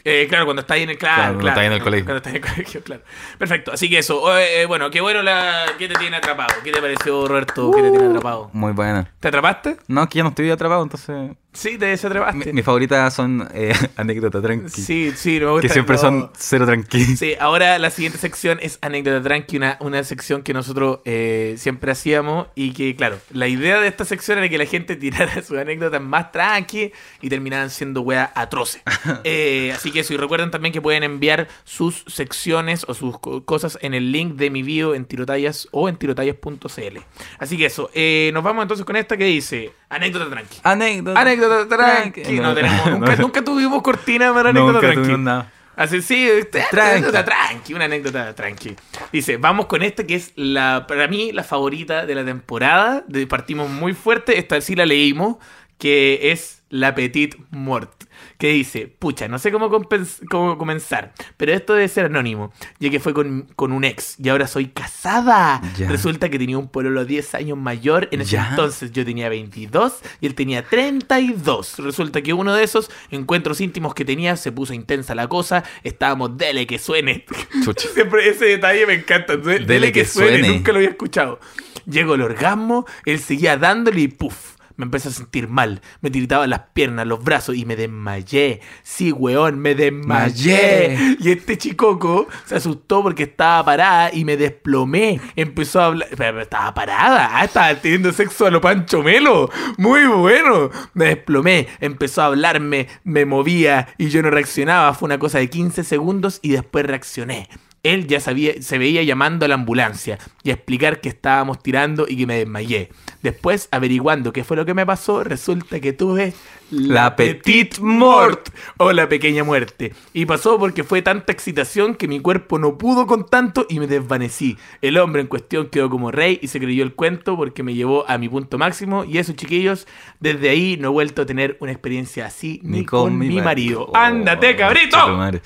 B: eh, claro, cuando estáis en el claro,
C: Claro, cuando
B: claro,
C: estáis en el colegio.
B: Cuando estáis en el (laughs) colegio, claro. Perfecto, así que eso. Oh, eh, eh, bueno, qué bueno la qué te tiene atrapado. ¿Qué te pareció Roberto? ¿Qué te
C: Uh.
B: tiene atrapado?
C: Muy buena.
B: ¿Te atrapaste?
C: No, es que ya no estoy atrapado, entonces.
B: Ah, Sí, te desatrapaste.
C: Mi- Mis favoritas son eh, (laughs) anécdotas tranqui.
B: Sí, sí, me gusta.
C: que siempre
B: no.
C: son cero tranqui.
B: Sí, ahora la siguiente sección es anécdota tranqui, una, una sección que nosotros eh, siempre hacíamos y que, claro, la idea de esta sección era que la gente (laughs) tirara sus anécdotas más tranqui y terminaban siendo weas (laughs) atroces. Eh, así que eso, y recuerden también que pueden enviar sus secciones o sus co- cosas en el link de mi bio en tirotallas o en tirotallas.cl. Así que eso, eh, nos vamos entonces con esta que dice anécdota tranqui.
C: Anécdotas.
B: Anécdota tranqui. (laughs) No, tenemos, nunca, nunca tuvimos cortina para anécdota
C: Nunca
B: tranqui.
C: tuvimos nada.
B: Así, sí, este-
C: Tranqui.
B: anécdota tranqui, una anécdota tranqui. Dice, vamos con esta que es la, para mí la favorita de la temporada. De- partimos muy fuerte, esta sí la leímos, que es La Petite Mort. Que dice, pucha, no sé cómo, compens- cómo comenzar, pero esto debe ser anónimo, ya que fue con, con un ex y ahora soy casada.
C: Ya.
B: Resulta que tenía un pololo 10 años mayor en ese
C: Ya.
B: entonces. Entonces yo tenía 22 y él tenía 32. Resulta que uno de esos encuentros íntimos que tenía se puso intensa la cosa. Estábamos, dele que suene. (laughs)
C: Chucha.
B: Siempre ese detalle me encanta. Dele, dele que,
C: que
B: suene.
C: suene.
B: Nunca lo había escuchado. Llegó el orgasmo, él seguía dándole y puff. Me empecé a sentir mal. Me tiritaban las piernas, los brazos y me desmayé. Sí, weón, me desmayé.
C: Mayé.
B: (laughs) Y este chicoco se asustó porque estaba parada y me desplomé. Empezó a hablar. Pero, pero estaba parada. Ah, estaba teniendo sexo a lo Pancho Melo. Muy bueno. Me desplomé. Empezó a hablarme. Me movía y yo no reaccionaba. Fue una cosa de 15 segundos y después reaccioné. Él ya sabía, se veía llamando a la ambulancia y a explicar que estábamos tirando y que me desmayé. Después, averiguando qué fue lo que me pasó, resulta que tuve
C: La
B: petite mort o la pequeña muerte. Y pasó porque fue tanta excitación que mi cuerpo no pudo con tanto y me desvanecí. El hombre en cuestión quedó como rey y se creyó el cuento porque me llevó a mi punto máximo. Y eso, chiquillos, desde ahí no he vuelto a tener una experiencia así ni, con, mi marido.
C: Oh,
B: ¡Ándate, cabrito!
C: chuta madre.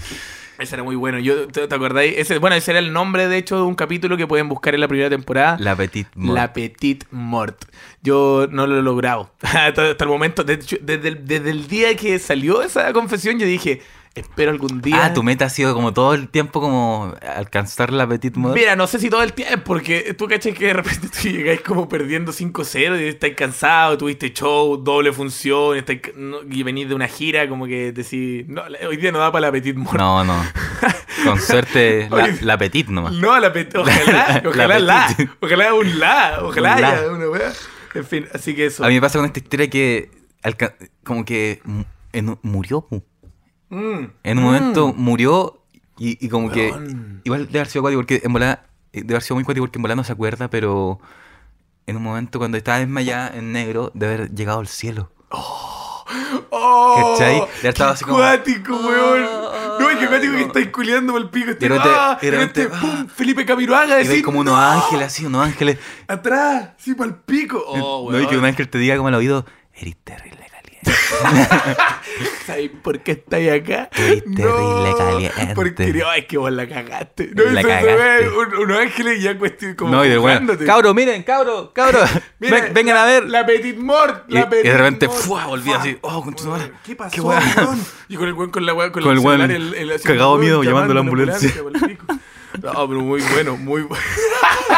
B: Ese era muy bueno. Yo, ¿Te te acordáis? Ese, bueno, ese era el nombre, de hecho, de un capítulo que pueden buscar en la primera temporada.
C: La petit mort.
B: La Petite Mort. Yo no lo he logrado. (laughs) hasta, hasta el momento, de hecho, desde, el, desde el día que salió esa confesión, yo dije, espero algún día...
C: Ah, tu meta ha sido como todo el tiempo como alcanzar la petit mort.
B: Mira, no sé si todo el tiempo, porque tú cachas que de repente (laughs) tú llegáis como perdiendo 5-0 y estáis cansado, tuviste show, doble función, estáis ca- no- y venís de una gira, como que decís, no, la- hoy día no da para la Petite Mort. (laughs)
C: No, no. Con suerte la, la petit nomás.
B: No, la pet- ojalá,
C: (laughs) La
B: ojalá la,
C: petit.
B: ojalá un la, ojalá
C: Un la.
B: haya una wea. En fin, así que eso.
C: A mí me pasa con esta historia que alca- como que mu- en- murió. pu.
B: Mm.
C: En un momento murió y, y como que
B: Weón.
C: igual debe haber sido cuático porque en volada eh, debe haber sido muy cuático porque en volada no se acuerda, pero en un momento cuando estaba desmayada en negro debe haber llegado al cielo.
B: ¡Oh!
C: ¿Cachai? Ya
B: qué
C: estaba así como- "Oh,
B: acuático, weón! No, es que acuático que
C: No.
B: estáis culeando por el pico. Este,
C: repente-
B: ¡ah!
C: oh, de repente,
B: Este, ¡pum!
C: ¡ah!
B: Felipe Camiroaga,
C: Y ve
B: decís,
C: como unos
B: ¡no!
C: ángeles así, unos ángeles.
B: ¡Atrás! ¡Sí, para el pico! ¡Oh,
C: (laughs) no,
B: weón!
C: y que un ángel te diga como al oído, eres terrible caliente.
B: ¿Sabes por qué estáis acá?
C: Estoy terrible caliente.
B: Porque no, es que vos la cagaste. No,
C: La
B: eso se
C: cagaste.
B: ve un- unos ángeles ya cuestión (laughs) como.
C: no, y de bueno,
B: jugándote.
C: cabro, miren, cabro,
B: (laughs)
C: cabro, (laughs)
B: Mira,
C: ven- vengan a ver.
B: La Petit Mort,
C: Y-
B: la
C: y de
B: Petit
C: repente,
B: Mort.
C: ¡fua! volví
B: ¡Fua!
C: así, ¡oh, con tu madre!
B: ¿Qué pasó,
C: ¡Qué weón! (laughs)
B: weón? Y con el weón con la weá, con,
C: Con
B: el
C: el weón
B: celular, el, el así,
C: cagado
B: weón,
C: miedo, llamando a
B: (laughs)
C: la
B: ambulancia, pa'l pico. no, pero muy bueno, muy bueno. (laughs)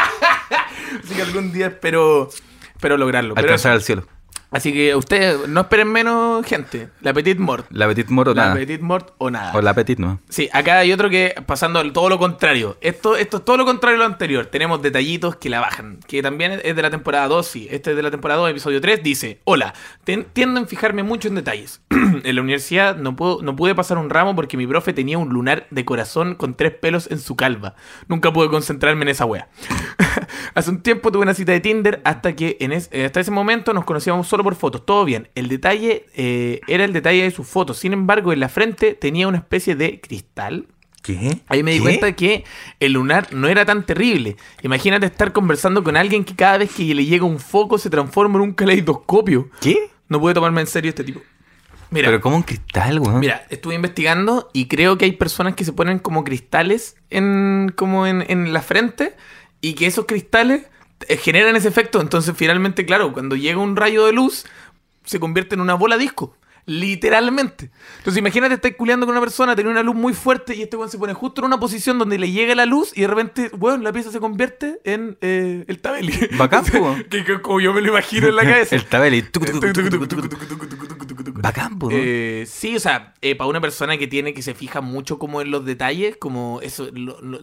B: así que algún día espero, espero lograrlo. Pero-
C: Alcanzar al cielo.
B: así que ustedes no esperen menos gente. La Petit Mort.
C: La petit moro,
B: La
C: nada.
B: Petit Mort o nada.
C: O la petit, ¿no?
B: Sí, acá hay otro que pasando al- todo lo contrario. Esto, esto es todo lo contrario a lo anterior. Tenemos detallitos que la bajan. Que también es de la temporada 2, sí. Este es de la temporada 2, episodio 3. Dice, hola, ten- tiendo a fijarme mucho en detalles. (clears throat) en la universidad no, puedo, no pude pasar un ramo porque mi profe tenía un lunar de corazón con tres pelos en su calva. Nunca pude concentrarme en esa wea. Hace un tiempo tuve una cita de Tinder hasta que en es- eh, hasta ese momento nos conocíamos solo por fotos, todo bien. El detalle eh, era el detalle de sus fotos, sin embargo en la frente tenía una especie de cristal.
C: ¿Qué?
B: Ahí me di
C: ¿Qué?
B: cuenta que el lunar no era tan terrible. Imagínate estar conversando con alguien que cada vez que le llega un foco se transforma en un caleidoscopio.
C: ¿Qué?
B: No pude tomarme en serio este tipo. Mira,
C: Pero como un cristal, weón.
B: Mira, estuve investigando y creo que hay personas que se ponen como cristales en, como en, en la frente y que esos cristales eh, generan ese efecto. Entonces, finalmente, claro, cuando llega un rayo de luz, se convierte en una bola disco. Literalmente. Entonces, imagínate, estás culeando con una persona, tiene una luz muy fuerte y este weón se pone justo en una posición donde le llega la luz y de repente, weón, la pieza se convierte en eh, el tabeli.
C: Bacán, po, weón.
B: que, que como yo me lo imagino en la cabeza.
C: El tabeli.
B: Eh,
C: Bacán, po, ¿no?
B: eh, sí, o sea, para una persona que tiene que se fija mucho como en los detalles, como eso, lo- lo-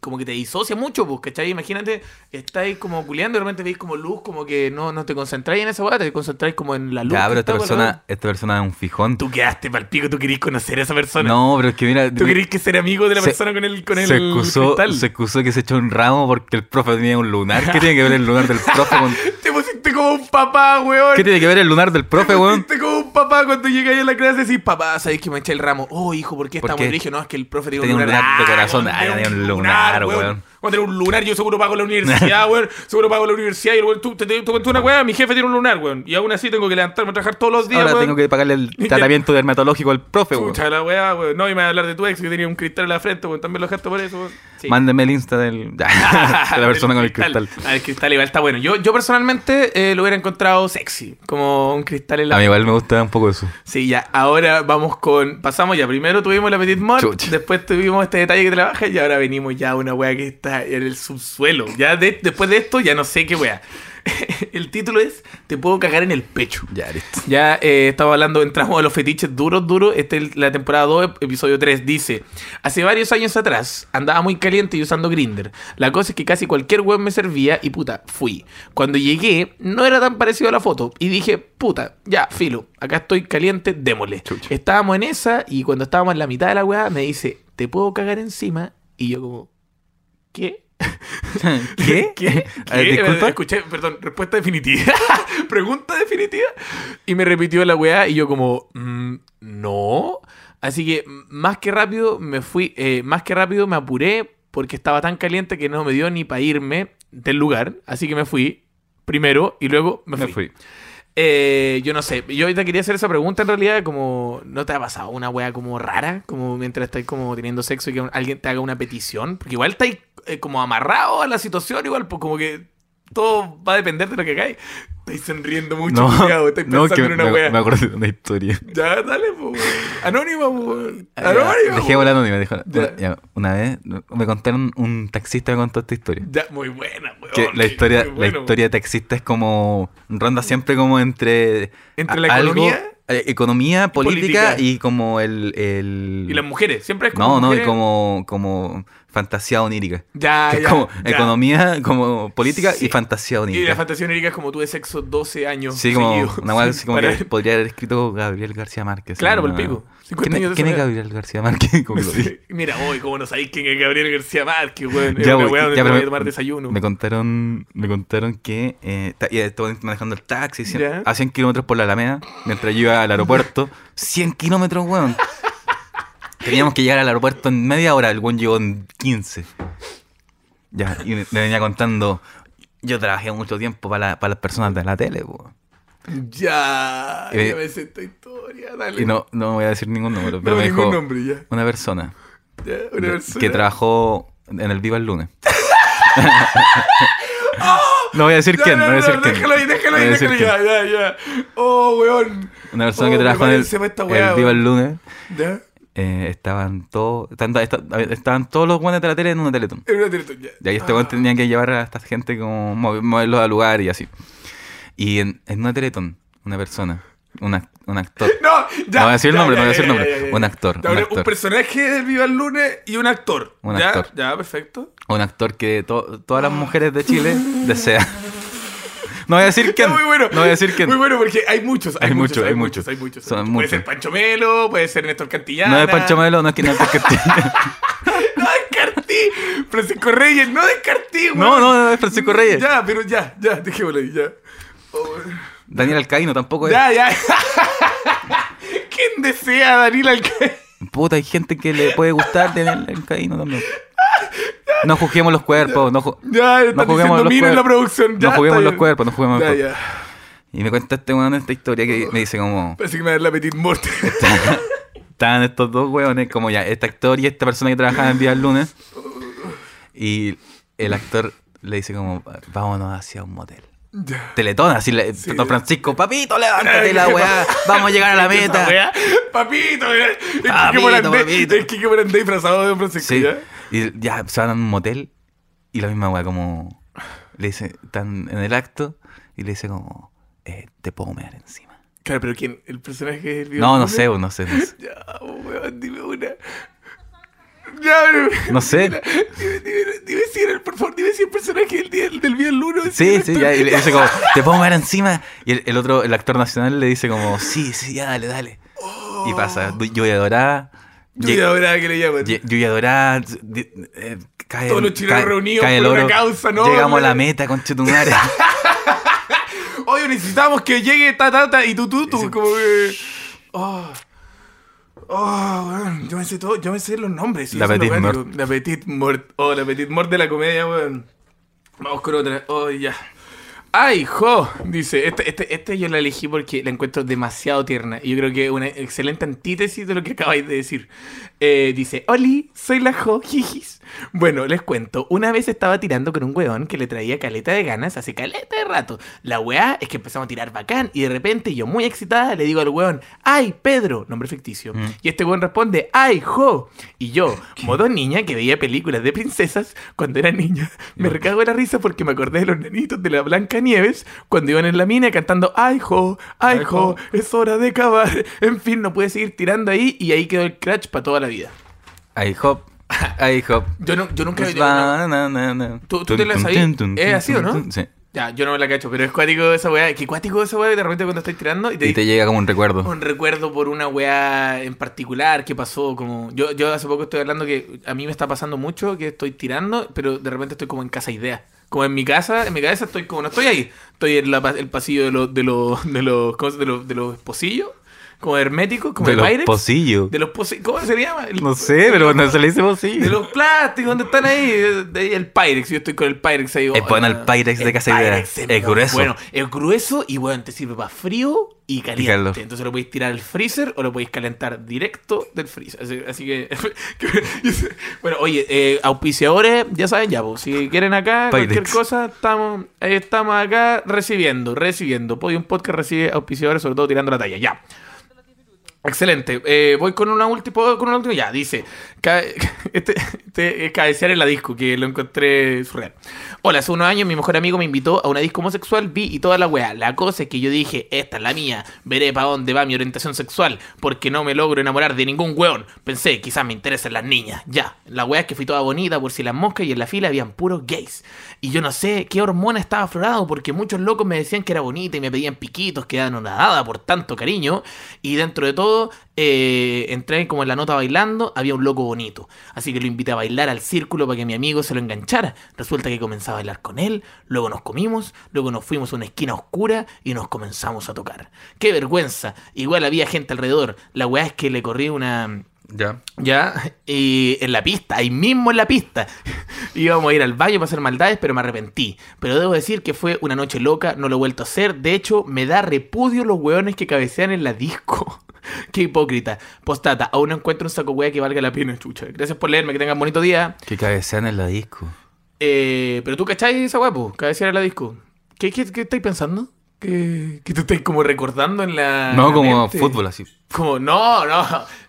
B: como que te disocia mucho, pues, ¿cachai? Imagínate, estáis como culeando y de repente veis como luz, como que no, no te concentráis en esa weá, te concentráis como en la luz.
C: Ya,
B: que
C: pero
B: está
C: esta
B: por la
C: persona,
B: weá.
C: esta persona es un fijón.
B: Tú quedaste pal pico, tú querís conocer a esa persona.
C: No, pero es que mira,
B: Tú querís que ser amigo de la
C: Se-
B: persona con el, con el
C: se excusó,
B: cristal.
C: se excusó que se echó un ramo porque el profe tenía un lunar. ¿Qué tiene que ver el lunar del profe con...
B: Te pusiste como un papá, weón.
C: ¿Qué tiene que ver el lunar del profe,
B: (laughs)
C: weón?
B: Te Este como un papá cuando llegáis a la clase y decís, papá, ¿sabéis que me eché el ramo? Oh, hijo, ¿por qué
C: ¿Por
B: estamos
C: qué?
B: en No, es que el profe tiene
C: Tenía
B: un
C: un
B: lunar.
C: lunar de corazón.
B: weón,
C: Ah,
B: tenía
C: tenía un lunar, weón.
B: Cuando tenía un lunar, yo seguro pago la
C: (laughs)
B: universidad, weón. Seguro pago la universidad y el weón, tú, te, te, te cuento una weá, mi jefe tiene un lunar, weón. Y aún así tengo que levantarme a trabajar todos los días,
C: Ahora
B: weón.
C: tengo que
B: (laughs)
C: pagarle el tratamiento dermatológico al profe, weón.
B: Chucha la weá, weón. No, y me va a hablar de tu ex que tenía un cristal en la frente, weón. También lo dejaste por eso, weón. Sí. (laughs)
C: Mándeme el insta del, (laughs) de la persona con el cristal.
B: Ah, el cristal igual está bueno. Yo, yo personalmente eh, lo hubiera encontrado sexy. Como un cristal en la
C: A mí igual me gusta un poco eso.
B: Sí, ya. Ahora vamos con. Pasamos ya. Primero tuvimos la Petit Mort.
C: Chucha.
B: Después tuvimos este detalle que trabaja. Y ahora venimos ya a una wea que está en el subsuelo. Ya de- después de esto, ya no sé qué wea. (laughs) el título es Te puedo cagar en el pecho.
C: Ya, listo.
B: Ya eh, estaba hablando, entramos a los fetiches duros, duros. Este es la temporada 2, ep- episodio 3. Dice: Hace varios años atrás andaba muy caliente y usando Grinder. La cosa es que casi cualquier web me servía y puta, fui. Cuando llegué, no era tan parecido a la foto. Y dije: puta, ya, filo, acá estoy caliente, démosle.
C: Chucha.
B: Estábamos en esa y cuando estábamos en la mitad de la weá, me dice: Te puedo cagar encima Y yo como, ¿qué?
C: (laughs) ¿Qué?
B: (laughs) ¿Qué?
C: A ver,
B: ¿Qué?
C: disculpa.
B: Escuché, perdón, respuesta definitiva. (laughs) Pregunta definitiva. Y me repitió la weá y yo como, mm, no. Así que mm, más que rápido me fui, eh, más que rápido me apuré porque estaba tan caliente que no me dio ni para irme del lugar. Así que me fui primero y luego me fui. Eh, yo no sé, yo ahorita quería hacer esa pregunta en realidad, como, ¿no te ha pasado una wea como rara? Como mientras estáis como teniendo sexo y que alguien te haga una petición, porque igual estáis eh, como amarrado a la situación, igual, pues como que todo va a depender de lo que hagáis. Estáis sonriendo mucho,
C: No,
B: culiao, estáis
C: no,
B: pensando
C: que
B: en una
C: me,
B: wea.
C: me acuerdo de una historia.
B: Ya, dale, pues, weón. Anónima, pues, weón.
C: Ah, ya,
B: Anónima. pues.
C: Dejémosla anónima. dejémosla.
B: Ya.
C: Ya, Una vez me contaron, un taxista me contó esta historia.
B: Ya, muy buena, weón.
C: Que la
B: Oh, Qué-
C: historia,
B: qué bueno,
C: la historia de taxista es como ronda siempre como entre
B: Entre la economía
C: eh, economía, política,
B: política.
C: y como el, el-
B: weón. Y las mujeres, siempre es como.
C: no, no, y
B: mujeres-
C: como como fantasía onírica.
B: Ya,
C: Que
B: Ah,
C: es
B: ya,
C: como
B: ya.
C: economía, como política
B: Sí.
C: y fantasía
B: Y la
C: onírica.
B: fantasía onírica es como tuve sexo 12 años.
C: Sí, como
B: seguidos,
C: una hueá
B: sin
C: así como
B: parar.
C: que podría haber escrito Gabriel García Márquez.
B: Claro, por
C: por
B: el pico. 50
C: ¿Quién, es-
B: años de
C: quién es
B: soledad.
C: Gabriel García Márquez? (laughs) Como que lo dije.
B: Sí. Mira, hoy, cómo no sabéis quién es Gabriel García Márquez, weón. Es
C: Ya,
B: una
C: voy,
B: weá donde
C: ya,
B: te
C: pero
B: voy a
C: me-
B: tomar desayuno.
C: Me contaron, me contaron que eh, ta- ya estaba manejando el taxi cien-
B: Ya.
C: a 100 kilómetros por la Alameda mientras yo iba
B: (laughs)
C: al aeropuerto. 100 kilómetros, weón. Teníamos que llegar al aeropuerto en media hora, el weón llegó en 15. Ya, y me me venía contando. Yo trabajé mucho tiempo para, la- para las personas de la tele, weón.
B: Ya,
C: Eh,
B: ya me sé esta historia, dale.
C: Y no, no voy a decir ningún número,
B: No,
C: pero me
B: ningún
C: dijo
B: nombre, ya.
C: una persona,
B: Ya, una
C: de-
B: persona.
C: que trabajó en el Viva
B: (laughs)
C: el lunes. (laughs) no voy a decir
B: Ya,
C: quién, no,
B: no,
C: voy a decir
B: no,
C: quién.
B: Déjalo ahí, déjalo
C: No
B: ahí,
C: voy a decir
B: déjalo ahí. Ya, ya, ya. Oh, weón.
C: quién. Una persona
B: Oh,
C: que trabajó en el,
B: prepárense para esta
C: el
B: weá,
C: Viva el
B: weón.
C: lunes.
B: Ya.
C: eh, estaban todos estaban, estaban todos los buenos de la tele en una teletón.
B: Es una teletón, ya.
C: Y ahí este weón tenía que llevar a esta gente como mov- moverlos a lugar y así. Y en, en una teletón, una persona, un, ac- un actor.
B: No, ya.
C: No voy a decir el
B: ya,
C: nombre,
B: ya,
C: no voy a
B: ya,
C: decir
B: ya,
C: el nombre.
B: ya, ya, ya.
C: Un actor,
B: Ya,
C: un
B: un,
C: actor.
B: personaje del Viva el Lunes y un actor.
C: Un
B: ya,
C: actor.
B: Ya, perfecto.
C: Un actor que to- todas las mujeres de Chile
B: (laughs)
C: desean. No voy a decir quién.
B: Está muy bueno.
C: No voy a decir quién.
B: Muy bueno porque hay muchos. Hay,
C: Hay
B: muchos,
C: mucho,
B: hay
C: hay
B: muchos,
C: mucho.
B: hay muchos. hay
C: Son
B: muchos. Puede
C: muchos.
B: ser Pancho Melo, puede ser Néstor Cantillana.
C: No es Pancho Melo, no es que no es porque-
B: (laughs) No descartí. Francisco Reyes, no descartí, güey.
C: No, no, no es Francisco Reyes.
B: Ya, pero ya, ya, dejémoslo ahí, ya. Oh,
C: Daniel Alcaíno tampoco es.
B: ya, ya. (laughs) ¿Quién desea a Daniel Alcaíno?
C: Puta, hay gente que le puede gustar Daniel Alcaíno también. No juzguemos los cuerpos, no ju-
B: (laughs) Ya, están diciendo
C: juguemos los
B: mira en la
C: cuerpos.
B: producción. Ya,
C: no juguemos
B: está
C: los
B: bien.
C: cuerpos, no juguemos los
B: Ya,
C: cuerpos.
B: ya.
C: Y me cuenta este weón esta historia que me dice como...
B: Parece que me va a dar la petit morte. (laughs)
C: Estaban estos dos weones, como ya, este actor y esta persona que trabajaba en Vía el lunes. Y el actor le dice como, vámonos hacia un motel.
B: ya.
C: Teletón, así le, Don Francisco, papito, levántate la weá, vamos a llegar a la
B: Eh, (laughs) Esa
C: meta.
B: weá, Papito, eh. el Quique
C: Papito,
B: Morandé-
C: papito.
B: El Quique Morandé disfrazado de Don (laughs) Francisco.
C: Sí.
B: ¿ya?
C: Y ya se van a un motel y la misma weá como le dice, están en el acto y le dice como, eh, te puedo mear encima.
B: Claro, pero ¿quién? ¿El personaje del video?
C: No, no sé, no sé, no sé.
B: Ya, weón, dime una. Ya, pero-
C: No sé.
B: (laughs) Dime, dime, dime si era el, por favor, dime si el personaje del día del día del lunes.
C: Sí, sí, ya, y
B: (laughs)
C: le
B: el...
C: dice como, te puedo ver encima. Y el, el otro, el actor nacional le dice como, sí, sí, ya, dale, dale.
B: Oh.
C: Y pasa, du- lluvia dorada. lle-
B: Lluvia dorada que le llaman.
C: lle- Lluvia dorada. d- di- eh, Cae,
B: Todos
C: el-
B: los chilenos
C: cae-
B: reunidos
C: cae el
B: por una
C: oro,
B: causa, ¿no?
C: Llegamos a la
B: Bueno.
C: meta, con chetumare.
B: Oye, necesitamos que llegue ta, ta, ta, y tú, tú, tú, como que... Oh, oh, weón, yo me sé todo, yo me sé los nombres. sí,
C: La
B: eso es lo
C: Petit
B: bueno. La Petit Mort. Oh, la Petit Mort de la comedia, weón. Vamos con otra. Oh, ya. ¡Ay, jo! Dice, este, este, este yo la elegí porque la encuentro demasiado tierna. Y yo creo que es una excelente antítesis de lo que acabáis de decir. Eh, dice, Oli, soy la Jo, jijis. Bueno, les cuento. Una vez estaba tirando con un weón que le traía caleta de ganas hace caleta de rato. La weá es que empezamos a tirar bacán. Y de repente, yo muy excitada, le digo al weón, ¡Ay, Pedro! Nombre ficticio. Y este weón responde, ¡Ay, jo! Y yo, modo niña que veía películas de princesas cuando era niña, me recago de la risa porque me acordé de los nenitos de la Blanca Nieves cuando iban en la mina cantando ¡Ay, jo! ¡Ay,
C: Ay,
B: jo!
C: jo.
B: ¡Es hora de acabar! En fin, no pude seguir tirando ahí y ahí quedó el crash para toda la vida.
C: Ahí
B: (laughs)
C: hop, ahí hop. Pues
B: Yo, no, yo nunca...
C: Na, na, na, na.
B: ¿Tú- tú te la
C: Tun,
B: sabías?
C: tun, tun,
B: ¿Es
C: tun,
B: así o
C: tun,
B: no?
C: tun. Sí.
B: Ya, yo no me la cacho, pero es cuático esa weá. Que cuático esa weá de repente cuando estáis tirando y te,
C: Y te llega como un recuerdo.
B: un recuerdo por una weá en particular que pasó. Como yo, yo hace poco estoy hablando que a mí me está pasando mucho que estoy tirando, pero de repente estoy como en casa idea. Como en mi casa, en mi cabeza estoy como, no estoy ahí, estoy en la pa- el pasillo de los, de los, de los, ¿cómo se- de los, de los pocillos, como herméticos, como
C: De
B: el
C: los
B: Pyrex.
C: pocillos.
B: De los posi- ¿cómo se llama? El-
C: No sé, pero cuando se le dice
B: De
C: pocillo.
B: los plásticos, ¿dónde están ahí? De ahí el Pyrex, yo estoy con el Pyrex ahí. oh, ah.
C: Es bueno el Pyrex de casa idea.
B: Pyrex
C: Es
B: muy
C: grueso.
B: Bueno, es grueso y bueno, te sirve para frío y caliente.
C: calor.
B: Entonces lo podéis tirar al freezer o lo podéis calentar directo del freezer. Así, así que, (laughs) que- Bueno, oye, eh, auspiciadores, ya saben, ya, pues, si quieren acá cualquier
C: Pyrex.
B: cosa, estamos, ahí estamos acá recibiendo, recibiendo. Podium Podcast recibe auspiciadores, sobre todo tirando la talla. Ya. Excelente. Eh, voy con una última. ¿puedo Con una última. Ya, dice. ca- (laughs) Este, este es cabecear en la disco, que lo encontré surreal. Hola, hace unos años mi mejor amigo me invitó a una disco homosexual, vi y toda la weá. La cosa es que yo dije, esta es la mía, veré para dónde va mi orientación sexual, porque no me logro enamorar de ningún weón. Pensé, quizás me interesan las niñas. Ya. La weá es que fui toda bonita por si las moscas y en la fila habían puros gays. Y yo no sé qué hormona estaba aflorado, porque muchos locos me decían que era bonita y me pedían piquitos, que daban nada por tanto cariño. Y dentro de todo, eh, entré como en la nota bailando, había un loco bonito. Así que lo invité a bailar al círculo para que mi amigo se lo enganchara. Resulta que comencé a bailar con él, luego nos comimos, luego nos fuimos a una esquina oscura y nos comenzamos a tocar. ¡Qué vergüenza! Igual había gente alrededor. La weá es que le corrí una...
C: Ya.
B: Ya, y en la pista, ahí mismo en la pista. (laughs) Íbamos a ir al baño para hacer maldades, pero me arrepentí. Pero debo decir que fue una noche loca, no lo he vuelto a hacer. De hecho, me da repudio los hueones que cabecean en la disco. (laughs) Qué hipócrita. Postata, aún no encuentro un saco hueá que valga la pena, chucha. Gracias por leerme, que tengan bonito día.
C: Que cabecean en la disco.
B: Eh, pero tú cacháis esa guapo, cabecear en la disco. ¿Qué, qué, qué estáis pensando? ¿Qué, qué te estáis como recordando en la. en
C: No,
B: la
C: como
B: mente?
C: fútbol así.
B: Como, no, no,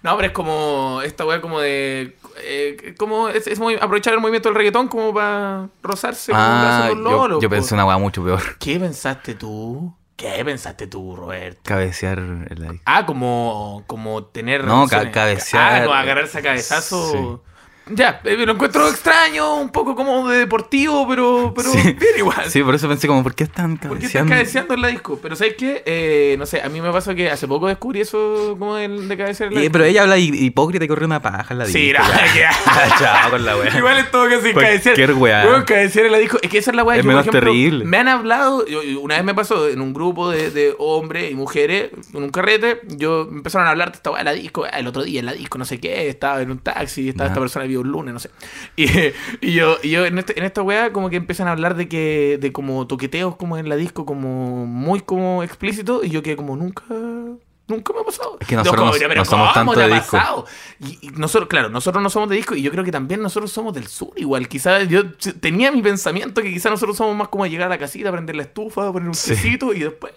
B: no, pero es como esta weá como de. eh, como es, es muy, aprovechar el movimiento del reggaetón como para rozarse con un brazo
C: Ah,
B: con
C: yo,
B: lolo,
C: yo
B: po.
C: pensé una weá mucho peor. (laughs)
B: ¿Qué pensaste tú? ¿Qué pensaste tú, Robert?
C: Cabecear en la disco.
B: Ah, como, como tener.
C: No, ca-
B: relaciones.
C: cabecear.
B: Ah, como agarrarse a cabezazo. Ya, eh, lo encuentro extraño, un poco como de deportivo, pero, pero
C: Sí.
B: bien igual.
C: Sí, por eso pensé como, ¿por qué están
B: Ah, ¿Por qué estás
C: cabeceando?
B: cabeceando en la disco? Pero ¿sabes qué? Eh, no sé, a mí me pasó que hace poco descubrí eso como del- de, cabecear en la
C: Eh,
B: disco.
C: pero ella habla hi- hipócrita y corre una paja en la disco.
B: Sí,
C: (laughs)
B: no, (laughs)
C: ya.
B: que-
C: Ya, Chao con la wea.
B: Igual es todo casi
C: Cualquier
B: cabecear.
C: weá.
B: Weón, cabecear en la disco. Es que esa es la weá
C: Es
B: que, por
C: menos
B: ejemplo,
C: terrible.
B: Me han hablado, yo- yo- una vez me pasó en un grupo de, de hombres y mujeres, en un carrete, yo me empezaron a hablar de esta weá en la disco, ah, el otro día en la disco, no sé qué, estaba en un taxi, estaba
C: Ya.
B: esta persona vivo un lunes, no sé. Y, (laughs) eh, y yo, y yo en, este- en esta weá como que empiezan a hablar de que, de como toqueteos como en la disco, como muy como explícito, y yo que como nunca. Nunca me ha pasado.
C: Es que nosotros no-
B: pero
C: no somos
B: ¿cómo
C: tanto
B: te
C: de
B: ha
C: disco.
B: pasado? Y, y nosotros, claro, nosotros no somos de disco y yo creo que también nosotros somos del sur igual. Quizás yo t- tenía mi pensamiento que quizás nosotros somos más como de llegar a la casita, prender la estufa, poner un
C: Sí.
B: tecito y después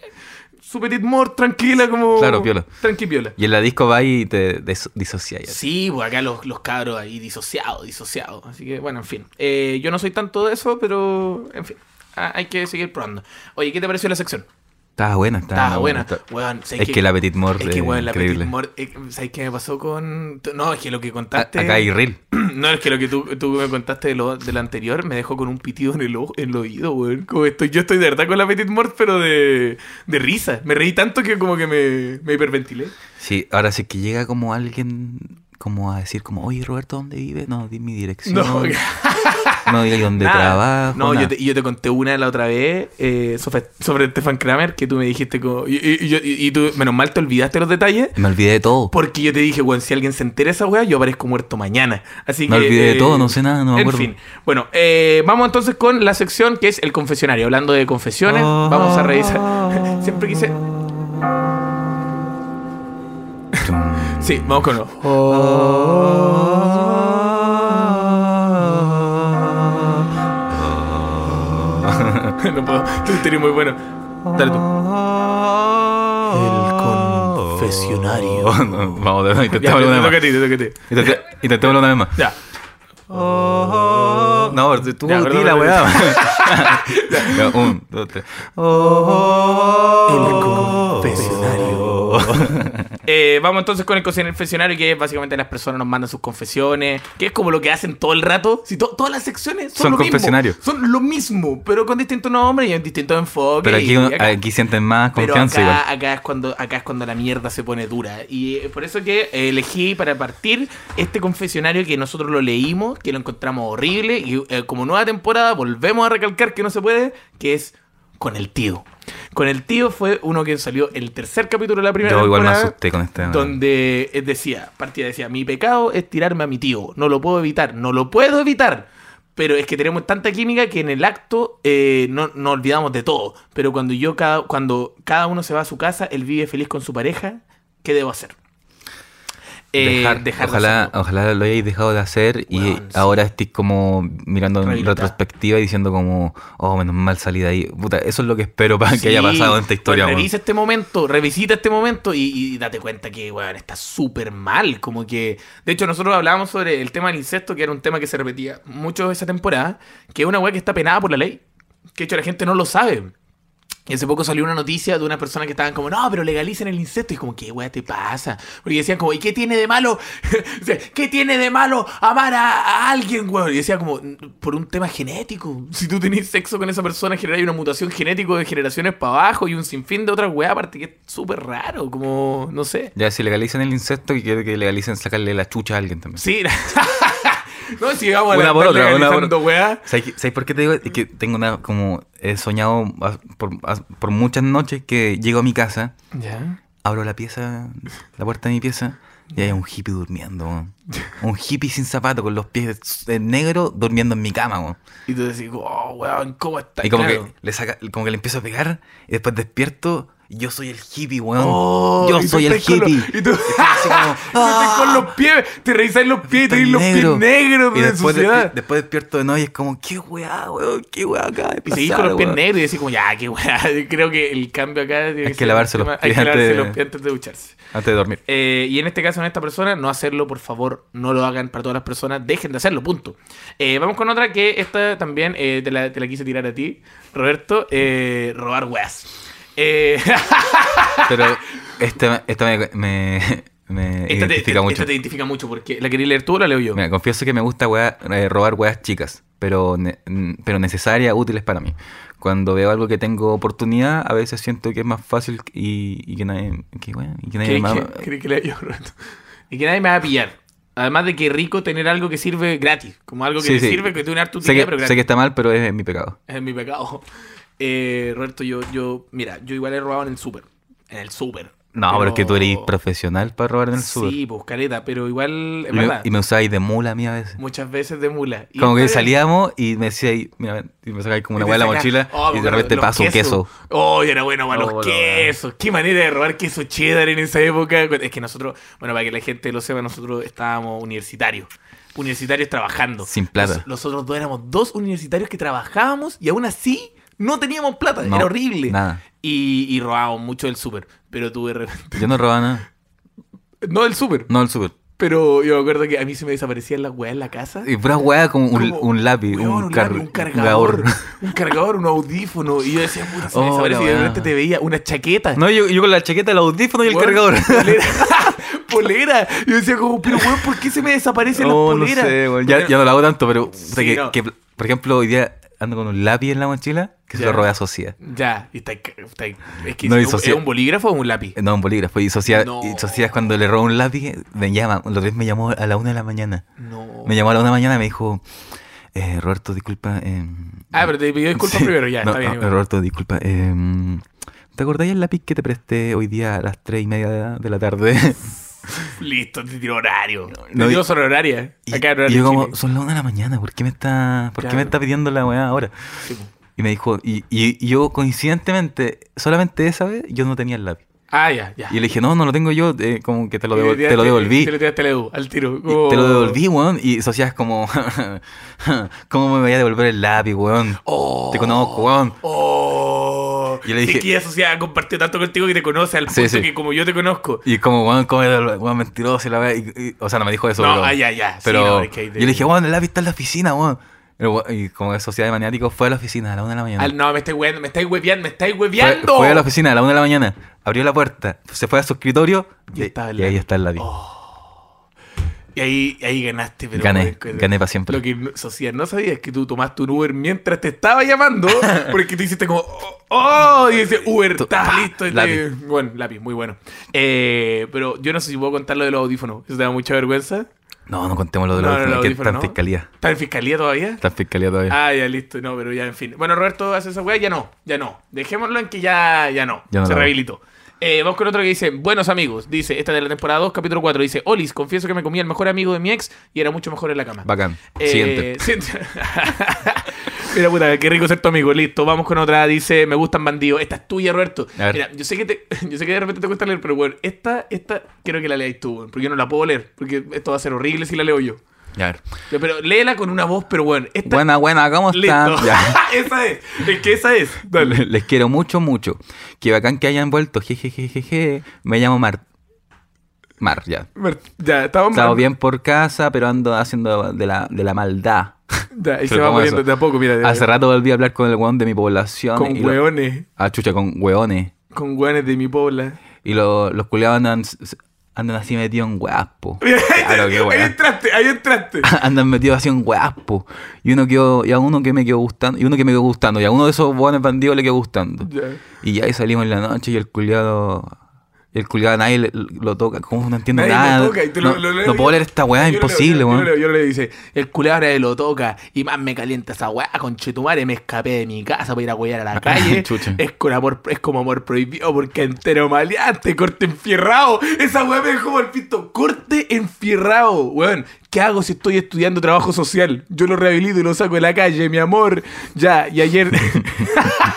B: su petit mort tranquila como...
C: Claro, piola.
B: Tranqui piola.
C: Y en la disco va y te des- disocias. ya.
B: Sí, pues acá los, los cabros ahí disociados, disociados. Así que bueno, en fin. Eh, yo no soy tanto de eso, pero en fin. Ah, hay que seguir probando. Oye, ¿qué te pareció la sección?
C: Estaba buena, estaba
B: Estaba buena.
C: está-
B: Weón, sé
C: Es que la Petit Mort
B: Es que,
C: es
B: weón, la
C: increíble.
B: Petit Mort... eh, ¿Sabes qué me pasó con...? No, es que lo que
C: A-
B: contaste...
C: Acá hay reel.
B: (clears throat) No, es que lo que tú, tú me contaste de lo, de lo anterior me dejó con un pitido en el, ojo, en el oído, weón. Como estoy, yo estoy de verdad con la Petit Mort, pero de, de risa. Me reí tanto que como que me, me hiperventilé.
C: Sí, ahora sí que llega como alguien como a decir como, oye Roberto, ¿dónde vive? No, di mi dirección.
B: No, (laughs)
C: (laughs) No, diga dónde
B: nada.
C: trabajo.
B: No, yo
C: nada.
B: te, yo te conté una la otra vez eh, sobre, sobre Stefan Kramer que tú me dijiste como... Y, y- y yo- y- y tú, menos mal, te olvidaste los detalles.
C: Me olvidé de todo.
B: Porque yo te dije, weón, si alguien se entera de esa weá, yo aparezco muerto mañana. Así
C: Me
B: que. eh,
C: olvidé de todo, no sé nada, no me acuerdo.
B: En fin. Bueno, eh, vamos entonces con la sección que es el confesionario. Hablando de confesiones,
C: Oh.
B: vamos a revisar. (laughs) Siempre quise. Sí, vamos con.
C: Oh.
B: (laughs) no puedo. Tú eres muy bueno. Dale tú. El confesionario.
C: (laughs) No, Vamos, de nuevo,
B: Ya, te
C: intentémoslo una
B: toca a
C: vez
B: ti, te toca a ti.
C: más. Intenté- Intentémoslo una vez más.
B: Ya.
C: No, pero tú
B: Ya,
C: di
B: perdón,
C: la
B: perdón.
C: weá.
B: (laughs)
C: Ya, Un, dos, tres.
B: Oh. El confesionario.
C: Oh.
B: Eh, vamos entonces con el confesionario, que es básicamente las personas nos mandan sus confesiones, que es como lo que hacen todo el rato. Si to- todas las secciones son,
C: Son
B: lo mismo,
C: confesionarios.
B: son lo mismo, pero con distintos nombres y en distintos enfoques.
C: Pero aquí,
B: y acá-
C: aquí sienten más
B: pero
C: confianza igual.
B: acá, acá es cuando acá es cuando la mierda se pone dura. Y eh, por eso que eh, elegí para partir este confesionario que nosotros lo leímos, que lo encontramos horrible. Y eh, como nueva temporada, volvemos a recalcar que no se puede, que es con el tío. Con el tío fue uno que salió el tercer capítulo de la primera
C: Yo igual me
B: temporada.
C: asusté con este.
B: Donde eh, decía, partida decía, mi pecado es tirarme a mi tío, no lo puedo evitar, no lo puedo evitar. Pero es que tenemos tanta química que en el acto eh, no, no olvidamos de todo. Pero cuando yo cada, cuando cada uno se va a su casa, él vive feliz con su pareja, ¿qué debo hacer? Eh,
C: dejar,
B: de
C: ojalá,
B: hacerlo.
C: ojalá lo hayáis dejado de hacer y
B: Weón, sí.
C: ahora estoy como mirando en
B: Rehabilitado.
C: retrospectiva y diciendo como, oh, menos mal salí de ahí. Puta, eso es lo que espero para que haya
B: Sí,
C: pasado en esta historia.
B: pues,
C: weón.
B: revisa este momento, revisita este momento y, y date cuenta que, weón, está súper mal. Como que. De hecho, nosotros hablábamos sobre el tema del incesto, que era un tema que se repetía mucho esa temporada, que es una weá que está penada por la ley. Que de hecho la gente no lo sabe. Y hace poco salió una noticia de unas personas que estaban como, no, pero legalicen el incesto. Y como, ¿qué weá te pasa? Porque decían como, ¿y qué tiene de malo? (laughs) O sea, ¿Qué tiene de malo amar a, a alguien, weón? Y decía como, por un tema genético. Si tú tenés sexo con esa persona, generáis una mutación genética de generaciones para abajo y un sinfín de otras weá, aparte que es súper raro, como, no sé.
C: Ya, si legalizan el incesto, y quiero que legalicen sacarle la chucha a alguien también.
B: Sí. (laughs) no, si vamos a
C: Una por
B: estar
C: otra, una por
B: legalizando weá.
C: ¿Sabes, qué- sabes por qué te digo? Es que tengo una, como, he soñado a- por, a- por muchas noches que llego a mi casa,
B: Ya.
C: abro la pieza, la puerta de mi pieza, y hay un hippie durmiendo, weón. Un hippie sin zapato, con los pies de negro, durmiendo en mi cama, weón.
B: Y tú decís, oh, weón, ¿cómo está?
C: Y como,
B: Claro.
C: que le saca, como que le empiezo a pegar, y después despierto, y yo soy el hippie, weón.
B: Oh,
C: yo
B: y tú
C: soy el
B: estás con los-
C: hippie.
B: y tú- (laughs)
C: Así como,
B: Te
C: ¡ah!
B: con los pies, te revisáis los pies y
C: Estoy
B: tenéis los pies
C: negro.
B: negros
C: Y
B: de
C: después, de-
B: suciedad.
C: después despierto de noche y es como, qué weá, weón, qué weá acaba de
B: Y
C: pasar,
B: seguís con los pies
C: weón?"
B: negros y decís como, ya, qué weá. (laughs) Creo que el cambio acá... tiene
C: que
B: ser un
C: lavarse
B: tema-
C: los
B: Hay
C: pies
B: que lavarse
C: antes de-
B: los pies antes de ducharse.
C: Antes de dormir.
B: Eh, y en este caso, en esta persona, no hacerlo, por favor, no lo hagan para todas las personas, dejen de hacerlo, punto. Eh, vamos con otra que esta también eh, te, la, te la quise tirar a ti, Roberto, eh, robar weas. Eh, (laughs)
C: Pero esta, esta me, me, me
B: esta, te,
C: identifica
B: esta
C: mucho.
B: te identifica mucho porque la quería leer tú o la leo yo.
C: Mira, confieso que me gusta weá- eh, robar weas chicas, pero, ne- mm, pero necesarias, útiles para mí. Cuando veo algo que tengo oportunidad, a veces siento que es más fácil y, y que nadie, que, weá, y que nadie
B: ¿Crees
C: más-
B: que, crees que le- yo, Roberto? Y que nadie me va a pillar. Además de que rico tener algo que sirve gratis. Como algo que
C: Sí,
B: te
C: sí.
B: sirve, que tú una harta
C: sé,
B: utilidad, pero
C: que, sé
B: gratis.
C: que está mal, pero es mi pecado.
B: Es mi pecado. Eh, Roberto, yo, yo, mira, yo igual he robado en el súper. En el súper.
C: No, pero, es que tú eres profesional para robar en el sur.
B: Sí, pues careta, pero igual, es
C: Y me,
B: verdad,
C: y me usabais de mula a mí a veces.
B: muchas veces de mula. Y
C: Como que
B: esta-
C: salíamos y me decíais, mira, ven", y me sacáis como una
B: te
C: weá de la
B: saca-
C: mochila
B: Oh,
C: y
B: me
C: de
B: acuerdo,
C: repente
B: los
C: paso un queso.
B: Oh, y era bueno para
C: Oh,
B: los
C: la weá.
B: quesos. Qué manera de robar queso cheddar en esa época. Es que nosotros, bueno, para que la gente lo sepa, nosotros estábamos universitarios. Universitarios trabajando.
C: Sin plata.
B: Nos- nosotros dos éramos dos universitarios que trabajábamos y aún así no teníamos plata.
C: No,
B: era horrible.
C: Nada.
B: Y, y robábamos mucho del súper. Pero tuve re- (laughs)
C: Yo no robaba nada.
B: No del súper.
C: No, el súper.
B: Pero yo me acuerdo que a mí se me desaparecían las weas en la casa.
C: Y pura weá como un,
B: Como,
C: un lápiz,
B: weón,
C: un,
B: un,
C: car-
B: lápiz, un cargador, (laughs) un cargador, un audífono. Y yo decía, puta, se me
C: Oh, la
B: desaparece. Y de
C: weá.
B: repente te veía una chaqueta.
C: No, yo, yo con la chaqueta, el audífono y el
B: weón,
C: cargador. (laughs)
B: Polera. polera. Y yo decía, como, pero weón, ¿por qué (laughs) se me desaparecen
C: Oh,
B: las
C: no
B: poleras?
C: sé, weón.
B: Porque-
C: Ya, ya no lo hago tanto, pero. o sea,
B: Sí,
C: que,
B: no.
C: que, por ejemplo, hoy día ando con un lápiz en la mochila que se
B: Ya.
C: lo robé a Socia.
B: Ya, y está, está- es que
C: No, Eh, y
B: es, un-
C: socia-
B: ¿es un bolígrafo o un lápiz.
C: No, un bolígrafo. Y Socia,
B: No.
C: y Socia es cuando le robo un lápiz, me llama. Los tres me llamó a la una de la mañana.
B: No.
C: Me llamó a la una de la mañana y me dijo, eh, Roberto, disculpa. eh,
B: Ah, pero te pidió disculpas
C: Sí.
B: primero, ya,
C: No,
B: está bien.
C: no,
B: igual.
C: Roberto, disculpa. eh, ¿Te acordáis el lápiz que te presté hoy día a las tres y media de la- de la tarde?
B: Listo, te tiró horario.
C: No,
B: te tiró
C: y-
B: sobre horaria.
C: Y,
B: (laughs) Acá en
C: y
B: horario
C: yo
B: Chile.
C: como, son las una de la mañana, ¿por qué me está, por qué me
B: Claro.
C: está pidiendo la weá ahora?
B: Sí, po.
C: Y me dijo, y, y- y yo coincidentemente, solamente esa vez yo no tenía el lápiz.
B: Ah, ya, ya.
C: Y le dije, no, no lo tengo yo, eh, como que te lo,
B: Y
C: devo-
B: le
C: te lo
B: tiraste-
C: devolví.
B: Te lo tiraste a la edu, al tiro.
C: Y Te
B: como-
C: lo devolví, weón. Y Socias es como, (laughs) ¿cómo me voy a devolver el lápiz, weón?
B: Oh.
C: Te conozco, weón.
B: Oh,
C: Yo le dije-
B: Es que ya sociedad compartió tanto contigo que te conoce al
C: Sí,
B: punto
C: sí.
B: que como yo te conozco.
C: Y como, weón, ¿cómo me voy a devolver? Weón, mentiroso y la weá. Y- y- O sea, no me dijo eso,
B: no,
C: pero...
B: ah, ya, ya. Sí,
C: Pero
B: no, es que hay de-
C: yo le dije, weón, el lápiz está en la oficina, weón. Pero, we- y como de sociedad de maniáticos, fue a la oficina a la una de la mañana.
B: Al- no, me estáis hueando, me estáis hueveando, me estáis
C: fue,
B: hueveando.
C: fue a la oficina a la una de la mañana, abrió la puerta, se fue a su escritorio
B: Y
C: y,
B: estaba el
C: y ahí
B: Lavi.
C: está el labio.
B: Y ahí, y ahí ganaste, pero.
C: Gané,
B: pero-
C: gané para siempre.
B: Lo que no- Sociedad no sabía es que tú tomaste un Uber mientras te estaba
C: (laughs)
B: llamando, porque te hiciste como. ¡Oh! oh", y dice Uber,
C: Tú,
B: está
C: pa,
B: listo. y te-
C: lápiz.
B: Bueno, lápiz, muy bueno. Eh, pero yo no sé si puedo contar lo de los audífonos. Eso te da mucha vergüenza.
C: No, no contemos lo de
B: No,
C: los
B: no,
C: audífonos,
B: los
C: que
B: audífonos
C: está en
B: no.
C: fiscalía.
B: ¿Está en fiscalía todavía?
C: Está en fiscalía todavía.
B: Ah, ya listo, no, pero ya, en fin. Bueno, Roberto hace esa weá, ya no, ya no. Dejémoslo en que ya, ya no.
C: Ya no
B: se
C: la hago.
B: rehabilitó. Eh, vamos con otro que dice, buenos amigos. Dice, esta de la temporada 2, capítulo 4. Dice, Olis, confieso que me comí al mejor amigo de mi ex y era mucho mejor en la cama.
C: Bacán.
B: Eh, (laughs)
C: Siguiente.
B: siento- Mira, puta, qué rico ser tu amigo. Listo, vamos con otra. Dice, me gustan bandidos. Esta es tuya, Roberto.
C: A ver.
B: Mira, yo sé que te- (laughs) yo sé que de repente te cuesta leer, pero bueno, esta, esta quiero que la leáis tú, weón, porque yo no la puedo leer, porque esto va a ser horrible si la leo yo.
C: Ya, a ver.
B: Pero léela con una voz, pero bueno, esta
C: Buena, buena, ¿cómo
B: (laughs)
C: están?
B: Listo.
C: Ya.
B: esa es. Es que esa es. Dale.
C: (laughs) Les quiero mucho, mucho. Que bacán que hayan vuelto. Jejejejeje. Me llamo Mar. Mar, ya.
B: Mer- Ya, estábamos.
C: Estaba bien por casa, pero ando haciendo de la, de la maldad.
B: Ya, y se
C: Pero
B: va
C: ¿cómo
B: poniendo
C: eso?
B: de a poco, mira. de-
C: Hace rato volví a hablar con el weón de mi población.
B: con
C: y lo-
B: hueones.
C: Ah, chucha, con hueones.
B: Con hueones de mi pobla. (laughs)
C: Y lo- los culiados andan, andan así metidos
B: (laughs)
C: en guaspo. Claro, qué
B: ahí
C: weón.
B: entraste, ahí entraste.
C: (laughs) andan metidos así en guaspo. Y uno quedó, y a uno que me quedó gustando, y uno que me quedó gustando, y a uno de esos buenos bandidos le quedó gustando.
B: Ya.
C: Y ya ahí salimos en la noche y el culiado. El culiado nadie le- lo toca. ¿Cómo no entiendo
B: Nadie
C: nada?
B: lo toca. y tú
C: no,
B: lo- lo- lo-
C: no puedo leer esta weá, es
B: Yo lo leo, yo
C: imposible,
B: lo
C: weón.
B: leo, Yo le dice, el culé ahora lo toca y más me calienta esa weá con chetumare. Me escapé de mi casa para ir a huear a
C: (laughs)
B: la calle.
C: Chucha.
B: es, con amor, es como amor prohibido porque entero maleante, corte enfierrado. Esa weá me dejó mal pito. Corte enfierrado, weón. ¿Qué hago si estoy estudiando trabajo social? Yo lo rehabilito y lo saco de la calle, mi amor. Ya, y ayer.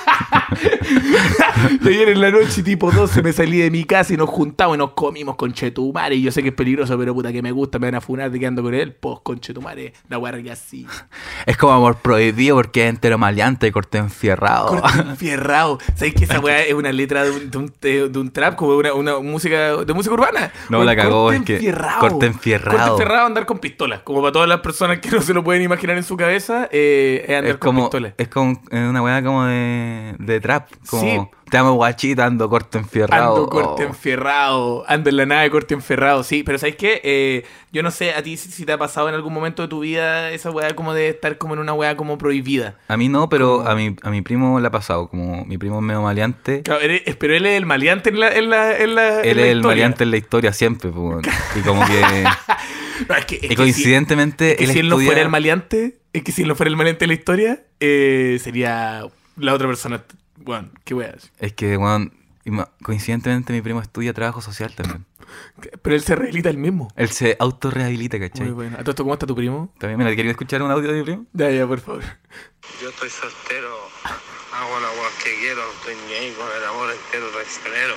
B: (laughs) Y ayer en la noche, tipo 12, me salí de mi casa y nos juntamos y nos comimos con Chetumare. Y yo sé que es peligroso, pero puta que me gusta, me van a funar de que ando con él. Pues con Chetumare, la guardia así.
C: Es como amor prohibido porque es entero maleante y corte enfierrado. (laughs)
B: Corte fierrado. ¿Sabéis que esa weá es una letra de un, de un- de- de un trap, como una, una música de música urbana?
C: No,
B: Weón,
C: la cagó,
B: corte
C: es que-
B: enfierrao.
C: corte enfierrao.
B: Corte enfierrao, andar con pistolas. Como para todas las personas que no se lo pueden imaginar en su cabeza, eh, es andar
C: Es
B: con
C: como,
B: pistolas.
C: es como es una weá como de, de trap. Como
B: Sí.
C: te amo guachita, ando corte enfierrado.
B: Ando corte
C: Oh.
B: enferrado, ando en la nave corte enferrado, sí, pero ¿sabes qué? Eh, yo no sé a ti si, si te ha pasado en algún momento de tu vida esa weá como de estar como en una weá como prohibida.
C: A mí no, pero
B: Como-
C: a mi, a mi primo le ha pasado. Como mi primo es medio maleante.
B: Claro, eres- pero él es el maleante en la... En la, en la en
C: Él
B: la
C: es el
B: historia.
C: maleante en la historia siempre, pues, weón. Y como
B: (laughs)
C: que.
B: No, es que, es
C: y
B: que
C: coincidentemente.
B: si, es que si él no
C: estudia-
B: fuera el maleante, es que si él no fuera el maleante en la historia, eh, sería la otra persona. Bueno, qué weá.
C: Es que, weón, ima- coincidentemente mi primo estudia trabajo social también.
B: Pero él se rehabilita él mismo.
C: Él se autorrehabilita,
B: Muy
C: ¿cachai?
B: bueno. ¿A todo esto cómo está tu primo?
C: También, mira, ¿quería escuchar un audio de
B: (laughs)
C: mi primo?
B: Ya, ya, por favor.
D: Yo estoy soltero, hago la agua que quiero, no estoy ni ahí con el amor entero traicionero.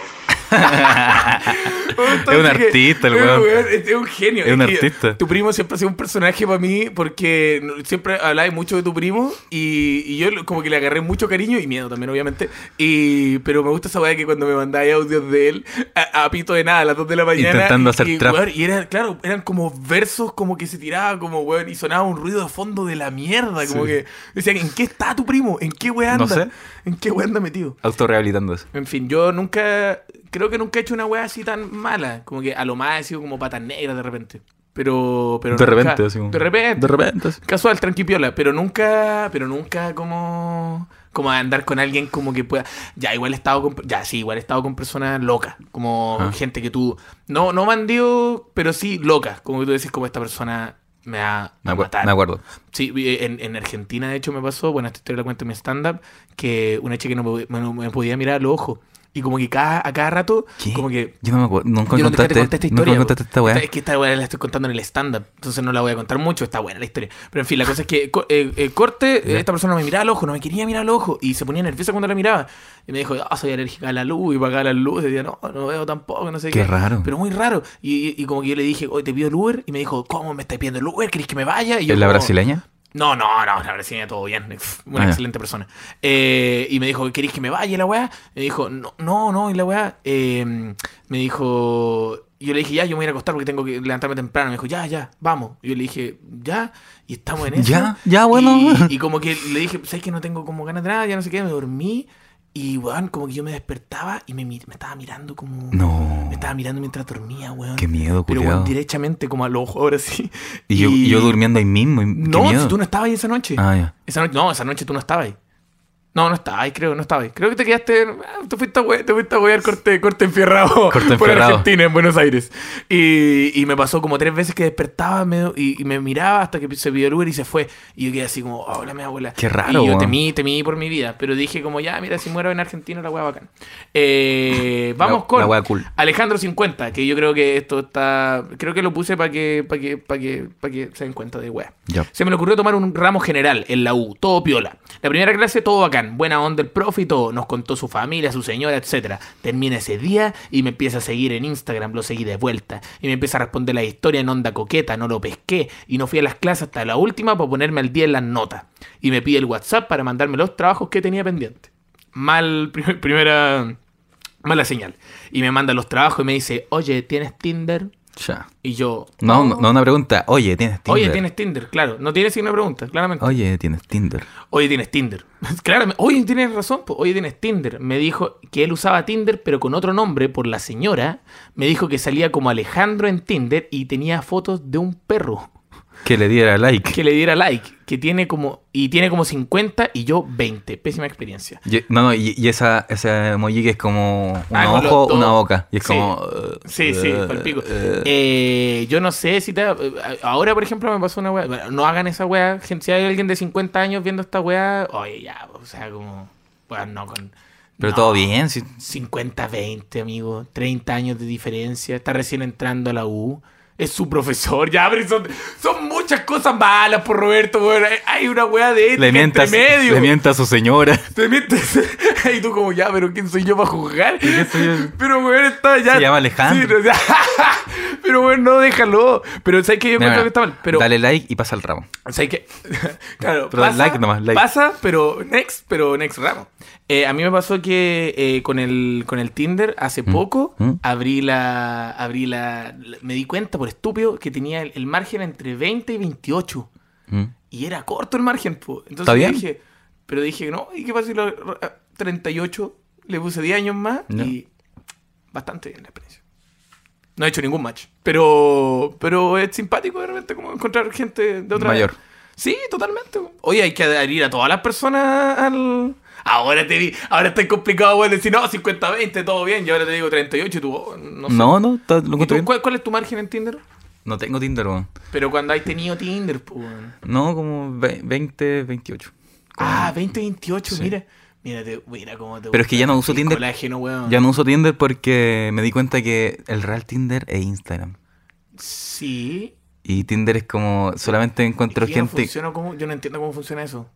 C: Es un artista, el weón.
B: Es, es un genio.
C: Es un
B: que
C: artista.
B: Tu primo siempre ha sido un personaje para mí porque no- siempre hablaba mucho de tu primo y, y yo lo- como que le agarré mucho cariño y miedo también, obviamente. Y, pero me gusta esa weá que cuando me mandáis audios de él a, a pito de nada a las 2 de la mañana. y-
C: Intentando hacer
B: y,
C: trap.
B: weón, y era, claro, eran como versos como que se tiraba como weón y sonaba un ruido de fondo de la mierda. Como
C: Sí.
B: que decían, ¿en qué está tu primo? ¿En qué weá
C: No
B: anda?
C: sé.
B: ¿En qué weá anda metido?
C: Autorrehabilitándose.
B: En fin, yo nunca. Creo que nunca he hecho una wea así tan mala. Como que a lo más he sido como patas negras de repente. Pero. pero
C: De
B: nunca-
C: repente, así como-
B: De repente.
C: De repente. así.
B: Casual, tranquipiola. Pero nunca. Pero nunca como. Como andar con alguien como que pueda. Ya, igual he estado con. Ya, sí, igual he estado con personas locas. Como
C: Ah.
B: gente que tú. No, no bandido, pero sí locas. Como que tú decís, como esta persona me va a
C: Me, acu-
B: matar.
C: me acuerdo.
B: Sí, vi- eh, en, en Argentina, de hecho, me pasó, bueno, esta historia la cuento en mi stand-up, que una chica no me, no me podía mirar a los ojos. Y como que cada, a cada rato,
C: ¿Qué?
B: como que...
C: Yo no me acuerdo. Nunca
B: Yo no te
C: contaste,
B: conté esta historia.
C: nunca contaste
B: po.
C: esta weá.
B: Esta- Es que esta weá la estoy contando en el stand-up, entonces no la voy a contar mucho, está buena la historia. Pero en fin, la cosa es que, co- eh, eh, corte, eh,
C: (laughs) Ya.
B: esta persona me miraba al ojo, no me quería mirar al ojo, y se ponía nerviosa cuando la miraba. Y me dijo, ah, soy alérgica a la luz, y apagaba la luz, y decía, no, no veo tampoco, no sé qué.
C: Qué raro.
B: Pero muy raro. Y, y- y como que yo le dije, oye, te pido el Uber, y me dijo, ¿cómo me estás pidiendo el Uber? ¿Querés que me vaya? Y yo
C: ¿Es la
B: como-
C: brasileña?
B: no, no, no, la brasileña todo bien. Pf, Una
C: Ah, ya.
B: excelente persona. Eh, y me dijo, ¿queréis que me vaya la weá? Me em, dijo, no, no, no, y la weá. eh, me dijo, Y yo le dije, ya, yo me voy a ir a acostar porque tengo que levantarme temprano. Me dijo, ya, ya, vamos. Y yo le dije, ya, y estamos en eso.
C: (laughs) Ya, ya, bueno. (laughs)
B: Y, y como que le dije, ¿sabes que no tengo como ganas de nada? Ya no sé qué, me dormí. Y, weón, como que yo me despertaba y me, mi- me estaba mirando como...
C: No.
B: Me estaba mirando mientras dormía, weón.
C: Qué miedo,
B: Ah, Pero,
C: culiao.
B: weón, directamente como al ojo, ahora sí.
C: Y yo, yo durmiendo ahí mismo. y- qué
B: No,
C: miedo.
B: si tú no estabas ahí esa noche.
C: Ah, ya.
B: Esa noche, no, esa noche tú no estabas ahí. No, no estabas ahí, creo, no estabas ahí. Creo que te quedaste. ah, Te fuiste a hue- te fuiste a huear corte, corte enfierrado
C: (laughs) Corte
B: por
C: enfierrado.
B: Argentina, en Buenos Aires. Y, y me pasó como tres veces que despertaba medio- y, y me miraba hasta que se pidió el Uber y se fue. Y yo quedé así como, hola, mi abuela.
C: Qué raro,
B: Y yo
C: weón.
B: temí, temí por mi vida. Pero dije como, ya, mira, si muero en Argentina, la hueá bacán. Eh, vamos
C: (laughs) La-
B: con.
C: la hueá cool.
B: Alejandro 50, que yo creo que esto está. Creo que lo puse para que, para que, para que, para que se den cuenta de wea.
C: Ya.
B: Se me le ocurrió tomar un ramo general en la U, todo piola. La primera clase, todo bacán, buena onda el profe y todo. Nos contó su familia, su señora, etcétera. Termina ese día y me empieza a seguir en Instagram, lo seguí de vuelta. Y me empieza a responder la historia en onda coqueta, no lo pesqué. Y no fui a las clases hasta la última para ponerme al día en las notas. Y me pide el WhatsApp para mandarme los trabajos que tenía pendiente. Mal, (laughs) prim- primera. Mala señal. Y me manda los trabajos y me dice, oye, ¿tienes Tinder?
C: Ya.
B: Y yo,
C: No, no, no, una pregunta. Oye, ¿tienes Tinder?
B: oye, ¿tienes Tinder? Claro, no tiene signo de pregunta, claramente. Oye,
C: Oye, ¿tienes Tinder?
B: ¿tienes Tinder? (laughs) claramente, oye, tienes razón, po. oye, ¿tienes Tinder? Me dijo que él usaba Tinder, pero con otro nombre, por la señora. Me dijo que salía como Alejandro en Tinder y tenía fotos de un perro (laughs)
C: Que le diera like.
B: que le diera like, que tiene como, y tiene como 50 y yo 20. Pésima experiencia.
C: Yo- no, no, y, y esa, esa emoji que es como un
B: Ah, con los
C: ojo,
B: dos.
C: una boca. Y es
B: Sí.
C: como.
B: Sí, sí,
C: eh,
B: palpico.
C: eh,
B: Eh, yo no sé si te... Ahora, por ejemplo, me pasó una weá. Bueno, No hagan esa weá. Gente, Si hay alguien de 50 años viendo esta weá, oye, ya, o sea, como... Bueno, no con...
C: pero
B: no.
C: todo bien. sí.
B: 50, 20, amigo. 30 años de diferencia. Está recién entrando a la U. Es su profesor. Ya, pero son, son muchas cosas malas por Roberto, weón. Hay- Hay una weá de ética
C: Le mientas,
B: entre medio.
C: le mienta a
B: (laughs)
C: su señora.
B: Te mientes. Y tú como, ya, pero ¿quién soy yo para juzgar?
C: soy yo?
B: Pero, weón, está ya...
C: Se llama Alejandro.
B: Sí, no, (laughs) o sea, pero, weón, no, déjalo. Pero, ¿sabes que Yo
C: Mira,
B: creo que
C: mira,
B: está mal. Pero,
C: Dale like y pasa el ramo.
B: ¿sabes qué? (laughs) claro,
C: Pero
B: pasa,
C: like nomás, like.
B: pasa, pero next, pero next ramo. Eh, a mí me pasó que eh, con, el, con el Tinder hace poco
C: mm.
B: abrí la... abrí la, la- Me di cuenta, por estúpido, que tenía el, el margen entre 20 y 28.
C: Mm.
B: Y era corto el margen, po. Entonces
C: ¿Está
B: yo
C: bien?
B: dije, pero dije, no, ¿y qué pasa si lo ah, r- a 38? Le puse 10 años más
C: Ya.
B: y bastante bien la experiencia. No he hecho ningún match, pero pero es simpático de repente como encontrar gente de otra
C: Mayor.
B: Sí, totalmente. po. Oye, hay que adherir a todas las personas al Ahora te di, ahora está complicado, güey, decir, no, 50, 20, todo bien, y ahora te digo 38 y tú, oh, no sé.
C: No, no, está- lo
B: ¿Y
C: encuentro
B: tú,
C: bien.
B: cuál, cuál es tu margen en Tinder?
C: No tengo Tinder, weón.
B: Pero cuando hay tenido Tinder, pues.
C: No, como ve- 20, 28.
B: Ah, 2028, mira. Mírate, mira cómo te
C: Pero es que ya no uso
B: el
C: Tinder.
B: Colágeno, weón.
C: Ya no uso Tinder porque me di cuenta que el real Tinder es Instagram.
B: Sí.
C: Y Tinder es como solamente encuentro
B: Es que yo no
C: gente.
B: funciona como- yo no entiendo cómo funciona eso.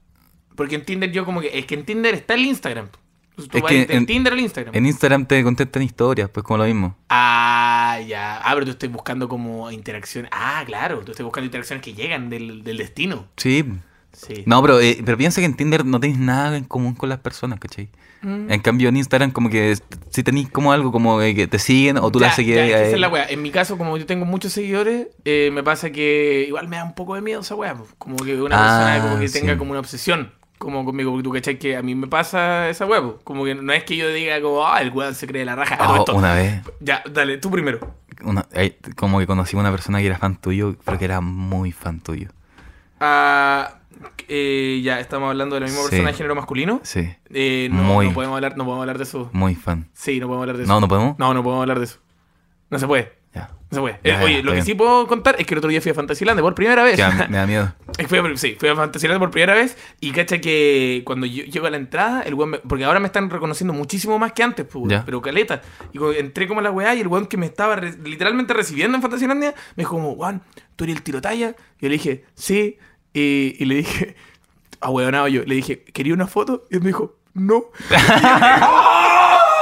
B: Porque en Tinder yo como que... Es que en Tinder está el Instagram. Entonces Tú
C: Es
B: vas
C: que
B: del
C: en-
B: Tinder al Instagram.
C: En Instagram te contestan historias, pues como lo mismo.
B: Ah, ya. Ah, pero tú estás buscando como interacciones. Ah, claro. Tú estás buscando interacciones que llegan del, del destino.
C: Sí.
B: Sí.
C: No, pero, eh, pero piensa que en Tinder no tenéis nada en común con las personas, ¿cachai?
B: Mm.
C: En cambio en Instagram como que si tenéis como algo como de que te siguen o tú
B: Ya,
C: la sigues
B: ya, es que
C: a
B: esa
C: él.
B: es la wea. En mi caso, como yo tengo muchos seguidores, eh, me pasa que igual me da un poco de miedo esa wea. po. Como que una
C: Ah,
B: persona como que
C: sí.
B: tenga como una obsesión. Como conmigo, porque tú cachai que a mí me pasa esa wea. po. Como que no es que yo diga como, ah, el weón se cree la raja. A todo (laughs)
C: Oh,
B: esto.
C: una vez,
B: Ya, dale, tú primero.
C: una- ahí, como que conocí a una persona que era fan tuyo, pero que era muy fan tuyo.
B: Ah, eh, ya, estamos hablando de la misma
C: Sí.
B: persona de género masculino.
C: Sí,
B: Eh, no,
C: Muy.
B: no podemos hablar, no podemos hablar de eso.
C: muy fan.
B: Sí, no podemos hablar de eso.
C: No, no podemos.
B: No, no podemos hablar de eso. No se puede.
C: Ya.
B: No se puede.
C: Ya,
B: Eh,
C: ya,
B: oye,
C: está
B: lo que
C: bien.
B: sí puedo contar es que el otro día fui a Fantasyland por primera vez. (laughs)
C: Que a- me da miedo.
B: Eh, Fui a, sí, fui a Fantasyland por primera vez y cacha que cuando yo llego a la entrada, el weón me- porque ahora me están reconociendo muchísimo más que antes, pues, weón,
C: Ya.
B: pero caleta. Y cuando entré como a la weá y el weón que me estaba re- literalmente recibiendo en Fantasylandia me dijo como, Juan, ¿tú eres el tirotalla? Y yo le dije, sí. Y, y le dije, (laughs) ahueonado yo, le dije, ¿quería una foto? Y él me dijo, no. (laughs) Y yo dije,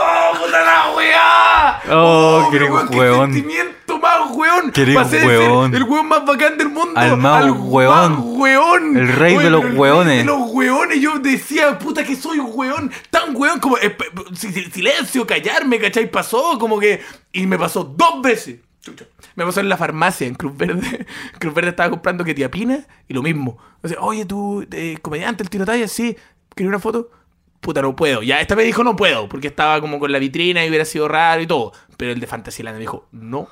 B: ¡Oh, puta la weá!
C: Oh, qué
B: pero weón,
C: weón.
B: ¡Qué sentimiento más weón!
C: Qué
B: Pasé de ser
C: weón.
B: el weón más bacán del mundo
C: Al más hueón.
B: más hueón.
C: El rey de los
B: pero el
C: hueones.
B: rey de los hueones. Yo decía, puta, que soy hueón. Tan hueón como. eh, pe- si- si- silencio, callarme, ¿cachai? Pasó como que. Y me pasó dos veces. Chucho. Me pasó en la farmacia, en Cruz Verde. (laughs) Cruz Verde estaba comprando que tiapina y lo mismo. O sea, oye, tú, eh, comediante, el tiro talla, sí. ¿Quería una foto? Puta, no puedo. Ya, esta me dijo no puedo, porque estaba como con la vitrina y hubiera sido raro y todo. Pero el de Fantasyland me dijo no.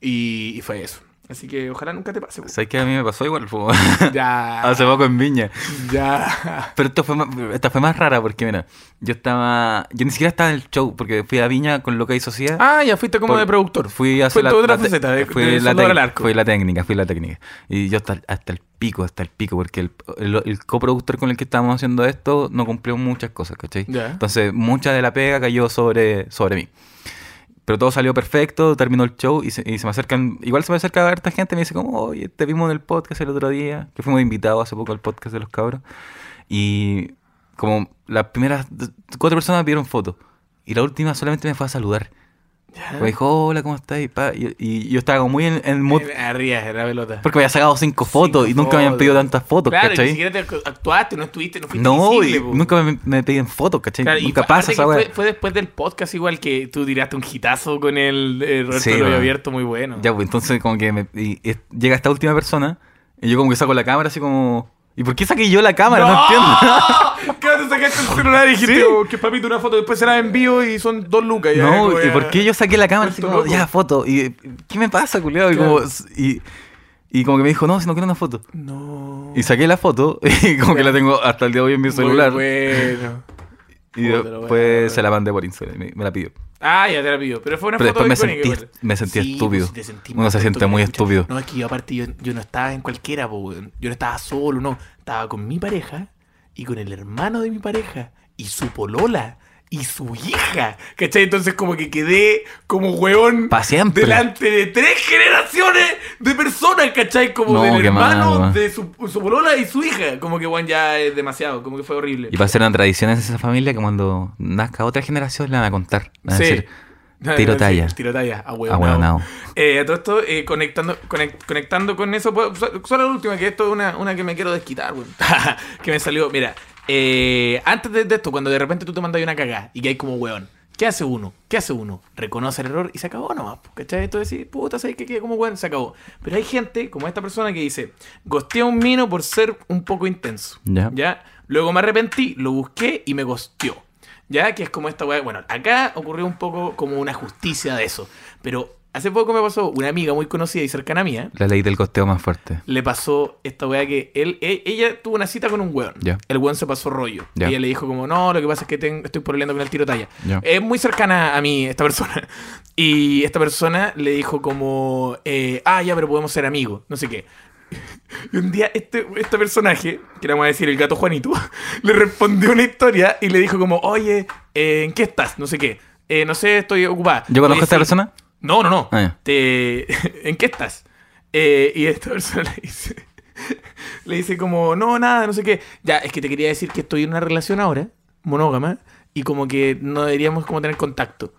B: Y, y fue eso. Así que ojalá nunca te pase. pues. po.
C: ¿Sabes que a mí me pasó igual? po? (laughs)
B: (laughs) Ya.
C: Hace poco en Viña.
B: Ya.
C: Pero esto fue más- esta fue más rara porque, mira, yo estaba. Yo ni siquiera estaba en el show porque fui a Viña con lo que hizo Sociedad.
B: Ah, ya fuiste como
C: Por-
B: de productor.
C: Fui a hacer
B: Fue
C: la,
B: tu otra
C: la te-
B: faceta de,
C: fui
B: de
C: la,
B: soldador
C: tec-
B: al arco.
C: fui la técnica, fui la técnica. Y yo hasta, hasta el pico, hasta el pico, porque el, el- el coproductor con el que estábamos haciendo esto no cumplió muchas cosas, ¿cachai?
B: Ya.
C: Entonces, mucha de la pega cayó sobre, sobre mí. Pero todo salió perfecto, terminó el show y se, y se me acercan, igual se me acerca a esta gente y me dice como, oye, te vimos en el podcast el otro día, que fuimos invitados hace poco al podcast de los cabros. Y como las primeras d- cuatro personas pidieron fotos y la última solamente me fue a saludar.
B: Ya.
C: Me dijo, hola, ¿cómo estás? Y, pa, y- y yo estaba como muy en, en mood.
B: Eh, Arriba, era la pelota.
C: Porque me había sacado cinco fotos y
B: Cinco
C: nunca me habían
B: fotos.
C: pedido tantas fotos,
B: claro, y
C: ¿cachai?
B: Ni siquiera te acu- actuaste, no estuviste, no fuiste
C: no,
B: visible,
C: y
B: po.
C: nunca me, me pedían fotos, ¿cachai?
B: Claro, y
C: nunca
B: aparte
C: pasa
B: que
C: esa
B: fue,
C: wea.
B: fue después del podcast igual que tú tiraste un hitazo con el eh, Roberto
C: Sí,
B: Loyo
C: weón.
B: Abierto, muy bueno.
C: Ya, pues entonces como que me, y- y llega esta última persona y yo como que saco la cámara así como... ¿Y por qué saqué yo la cámara? No, entiendo.
B: Claro, te sacaste el celular y dijiste
C: Sí.
B: "Oh, que papito una foto, después será en vivo y son dos lucas. (laughs) ya,
C: no,
B: como
C: ¿y
B: ya.
C: por qué yo saqué la cámara así
B: Vuelto
C: como...
B: loco.
C: Ya, foto. ¿Y qué me pasa, culiao? Y, como, y, y como que me dijo, no, si no quiero una foto.
B: No.
C: Y saqué la foto (laughs) y como que la tengo hasta el día de hoy en mi
B: Muy
C: celular.
B: Bueno.
C: Y
B: Puta, la
C: después
B: wea.
C: se la mandé por Instagram, me, me la pidió.
B: Ah, ya te la pido. Pero fue una
C: Pero
B: foto
C: después me
B: icónica
C: sentí-
B: igual.
C: me sentí
B: Sí,
C: estúpido.
B: pues, te sentí
C: Uno
B: más
C: se siente muy
B: escucha.
C: estúpido.
B: No, es que yo aparte yo, yo no estaba en cualquiera, po, weón. Yo no estaba solo, no. Estaba con mi pareja y con el hermano de mi pareja y su polola y su hija. ¿Cachai? Entonces como que quedé como hueón
C: Pa' siempre.
B: delante de tres generaciones de personas, ¿cachai? Como
C: No,
B: del
C: qué
B: hermano,
C: mal, weón.
B: de su, su polola y su hija. Como que weón ya es demasiado, como que fue horrible.
C: Y va a ser una tradición en esa familia que cuando nazca otra generación la van a contar. Van a
B: Sí.
C: decir,
B: No,
C: Tiro
B: no, sí,
C: talla.
B: Tiro talla, a
C: ah, bueno, no.
B: Eh, a todo esto, eh, conectando, conec- conectando con eso, puedo- so- solo la última, que esto es una, una que me quiero desquitar, weón. (laughs) que me salió, mira, eh, antes de, de esto, cuando de repente tú te mandas una cagada y que hay como weón, ¿qué hace uno? ¿Qué hace uno? Reconoce el error y se acabó nomás, po, ¿cachai? Esto es decir, puta, ¿sabes qué? qué? Como weón, se acabó. Pero hay gente, como esta persona, que dice, gosté a un mino por ser un poco intenso.
C: Ya.
B: ¿Ya? Luego me arrepentí, lo busqué y me gosteó. ¿Ya? Que es como esta weá. Bueno, acá ocurrió un poco como una justicia de eso. Pero hace poco me pasó una amiga muy conocida y cercana mía.
C: La ley del costeo más fuerte.
B: Le pasó esta weá que él, e- ella tuvo una cita con un weón.
C: Ya.
B: El weón se pasó rollo.
C: Ya.
B: Y ella le dijo como, no, lo que pasa es que ten- estoy peleando con el tiro talla.
C: Ya.
B: Es muy cercana a mí esta persona. (laughs) Y esta persona le dijo como, eh, ah, ya, pero podemos ser amigos. No sé qué. (laughs) Y un día este, este personaje, que le vamos a decir el gato Juanito, (laughs) le respondió una historia y le dijo como, oye, eh, ¿en qué estás? No sé qué. Eh, no sé, estoy ocupada.
C: ¿Yo conozco
B: Oye,
C: a este esta
B: sí.
C: persona?
B: No, no, no.
C: Ah, ya.
B: Te- (laughs) ¿En qué estás? Eh, y esta persona (laughs) le dice, le dice como, no, nada, no sé qué. Ya, es que te quería decir que estoy en una relación ahora, monógama, y como que no deberíamos como tener contacto.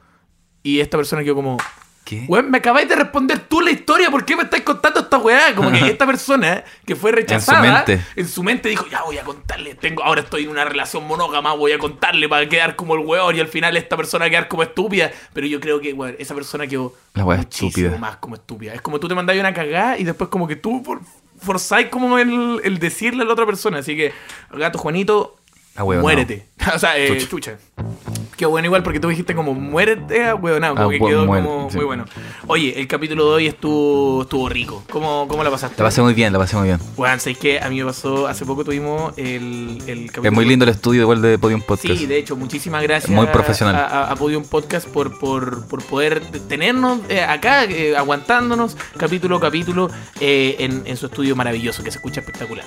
B: Y esta persona quedó como,
C: ¿Qué?
B: Weón, me acabáis de responder tú la historia, ¿por qué me estáis contando esta weá? Como que esta persona que fue rechazada
C: mente.
B: en su mente dijo, ya voy a contarle, tengo, ahora estoy en una relación monógama, voy a contarle para quedar como el weón y al final esta persona quedar como estúpida. Pero yo creo que weón, esa persona quedó
C: La weá
B: muchísimo
C: estúpida.
B: más como estúpida. Es como tú te mandáis una cagada y después como que tú for- forzáis como el, el decirle a la otra persona. Así que, gato Juanito,
C: Ah, weón, no.
B: muérete. (laughs) o sea, eh,
C: Chucha.
B: chucha. Qué bueno igual porque tú dijiste como muérete, ah, weonado, como
C: Ah,
B: que
C: buen-
B: quedó
C: muere,
B: como
C: sí.
B: muy bueno. Oye, el capítulo de hoy estuvo, estuvo rico. ¿Cómo, ¿Cómo la pasaste?
C: La pasé muy bien, la pasé muy bien.
B: Weón, ¿sabes qué? A mí me pasó, hace poco tuvimos el, el capítulo.
C: Es muy lindo el estudio igual de Podium Podcast.
B: Sí, de hecho, muchísimas gracias
C: Muy profesional.
B: a, a- a Podium Podcast por, por, por poder tenernos eh, acá, eh, aguantándonos capítulo a capítulo eh, en, en su estudio maravilloso, que se escucha espectacular.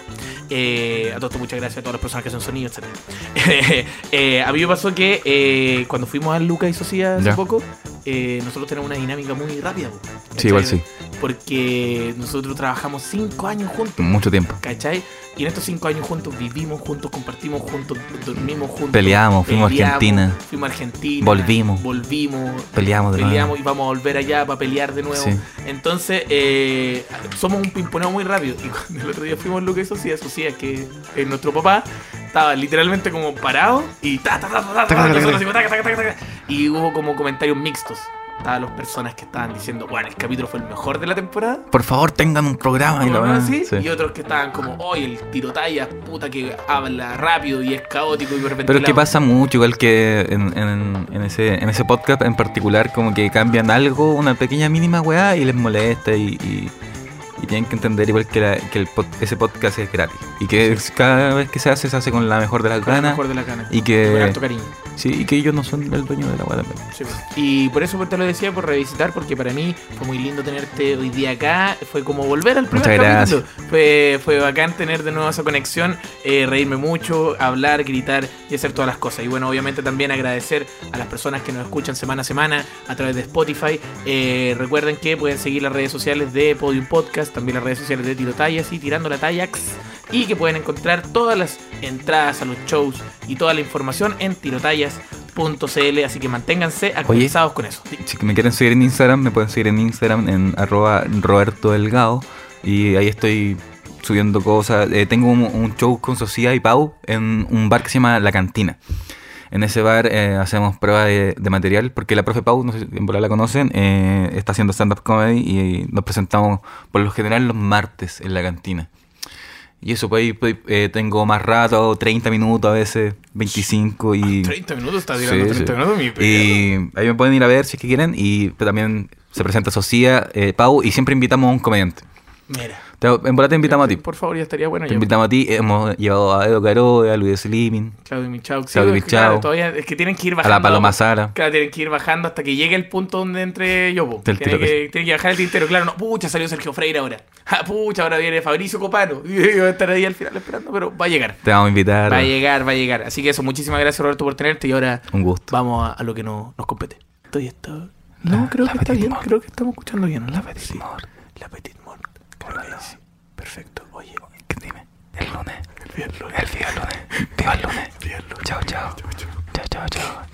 B: Eh, a todos, muchas gracias a todas las personas que hacen sonido, etc. (laughs) Eh, a mí me pasó que eh, cuando fuimos a Luca y Socia hace
C: Ya.
B: poco, eh, nosotros tenemos una dinámica muy rápida. po,
C: Sí, igual
B: ¿cachai?
C: sí.
B: Porque nosotros trabajamos cinco años juntos.
C: Mucho tiempo.
B: ¿Cachai? Y en estos cinco años juntos vivimos juntos, compartimos juntos, dormimos juntos.
C: Peleamos, fuimos a Argentina.
B: Fuimos a Argentina.
C: Volvimos.
B: Volvimos.
C: Peleamos de nuevo.
B: Peleamos y vamos a volver allá para pelear de nuevo.
C: Sí.
B: Entonces, eh, somos un pimponeo muy rápido. (laughs) Y cuando el otro día fuimos Lucas y Socia, Socia, que es nuestro papá, estaba literalmente como parado y ta, ta, ta, ta, ta, ta,
C: Taca, taca,
B: nosotros
C: taca.
B: así como taca, taca, taca, taca. Y hubo como comentarios mixtos. estaban las personas que estaban diciendo, bueno, el capítulo fue el mejor de la temporada.
C: Por favor, tengan un programa. Y la
B: Como
C: weá,
B: así,
C: sí.
B: Y otros que estaban como, hoy el tirotalla, puta que habla rápido y es caótico y perfecto.
C: Pero es que pasa mucho, igual que en, en- en ese, en ese podcast en particular, como que cambian algo, una pequeña mínima weá, y les molesta y, y- y tienen que entender igual que, la- que el pod- ese podcast es gratis. Y que es- cada vez que se hace, se hace con la mejor de las
B: Con el
C: ganas.
B: mejor de la gana.
C: Y
B: Con
C: que,
B: harto cariño.
C: sí, y que ellos no son el dueño de la weá también.
B: Sí, pues. Y por eso pues, te lo decía, por revisitar, porque para mí fue muy lindo tenerte hoy día acá. Fue como volver al primer
C: Muchas
B: capítulo. Fue, fue bacán tener de nuevo esa conexión, eh, reírme mucho, hablar, gritar y hacer todas las cosas. Y bueno, obviamente también agradecer a las personas que nos escuchan semana a semana a través de Spotify. Eh, recuerden que pueden seguir las redes sociales de Podium Podcast, también las redes sociales de Tirotallas y Tirando la Tallax. Y que pueden encontrar todas las entradas a los shows y toda la información en tirotallas.cl. Así que manténganse actualizados con eso. Sí.
C: (laughs) Si me quieren seguir en Instagram, me pueden seguir en Instagram en arroba Roberto Delgado. Y ahí estoy subiendo cosas. Eh, tengo un, un show con Socia y Pau en un bar que se llama La Cantina. En ese bar eh, hacemos pruebas de, de material porque la profe Pau, no sé si en verdad la conocen, eh, está haciendo stand-up comedy y nos presentamos por lo general los martes en La Cantina. Y eso, pues ahí pues, eh, tengo más rato, 30 minutos a veces, 25 y...
B: 30 minutos está
C: Sí,
B: tirando,
C: sí.
B: 30 minutos mi perro.
C: Y ahí me pueden ir a ver si es que quieren. Y también se presenta Socia, eh, Pau, y siempre invitamos a un comediante.
B: Mira.
C: Te- en verdad te invitamos a ti.
B: Por favor, ya estaría bueno.
C: Te
B: ya.
C: invitamos a ti. Hemos llevado a Edo Caro, a Luis Slimin,
B: Claudio Michau. Sí,
C: Claudio
B: es que, claro,
C: Michau.
B: todavía es que tienen que ir
C: a
B: bajando.
C: la Paloma Sara.
B: Claro, tienen que ir bajando hasta que llegue el punto donde entre yo. po.
C: Del
B: Tienen que,
C: tiroteo.
B: tienen que bajar el tintero. Claro, no. Pucha, salió Sergio Freire ahora. (laughs) Ja, pucha, ahora viene Fabricio Copano. (laughs) Y yo estaré ahí al final esperando, pero va a llegar.
C: Te vamos a invitar.
B: Va a llegar, va a llegar. Así que eso, muchísimas gracias Roberto por tenerte y ahora
C: Un gusto.
B: vamos a, a lo que no, nos compete. Estoy esto.
C: La-
B: No, creo
C: la
B: que está
C: Petit
B: bien,
C: Mort.
B: creo que estamos escuchando bien. La Petit Mort. La Petit Mort. Creo que sí. Perfecto. Oye,
C: ¿Qué dime? El lunes.
B: el viernes. (laughs)
C: El día lunes. Viva el lunes. Chao, chao. Chao, chao, chao.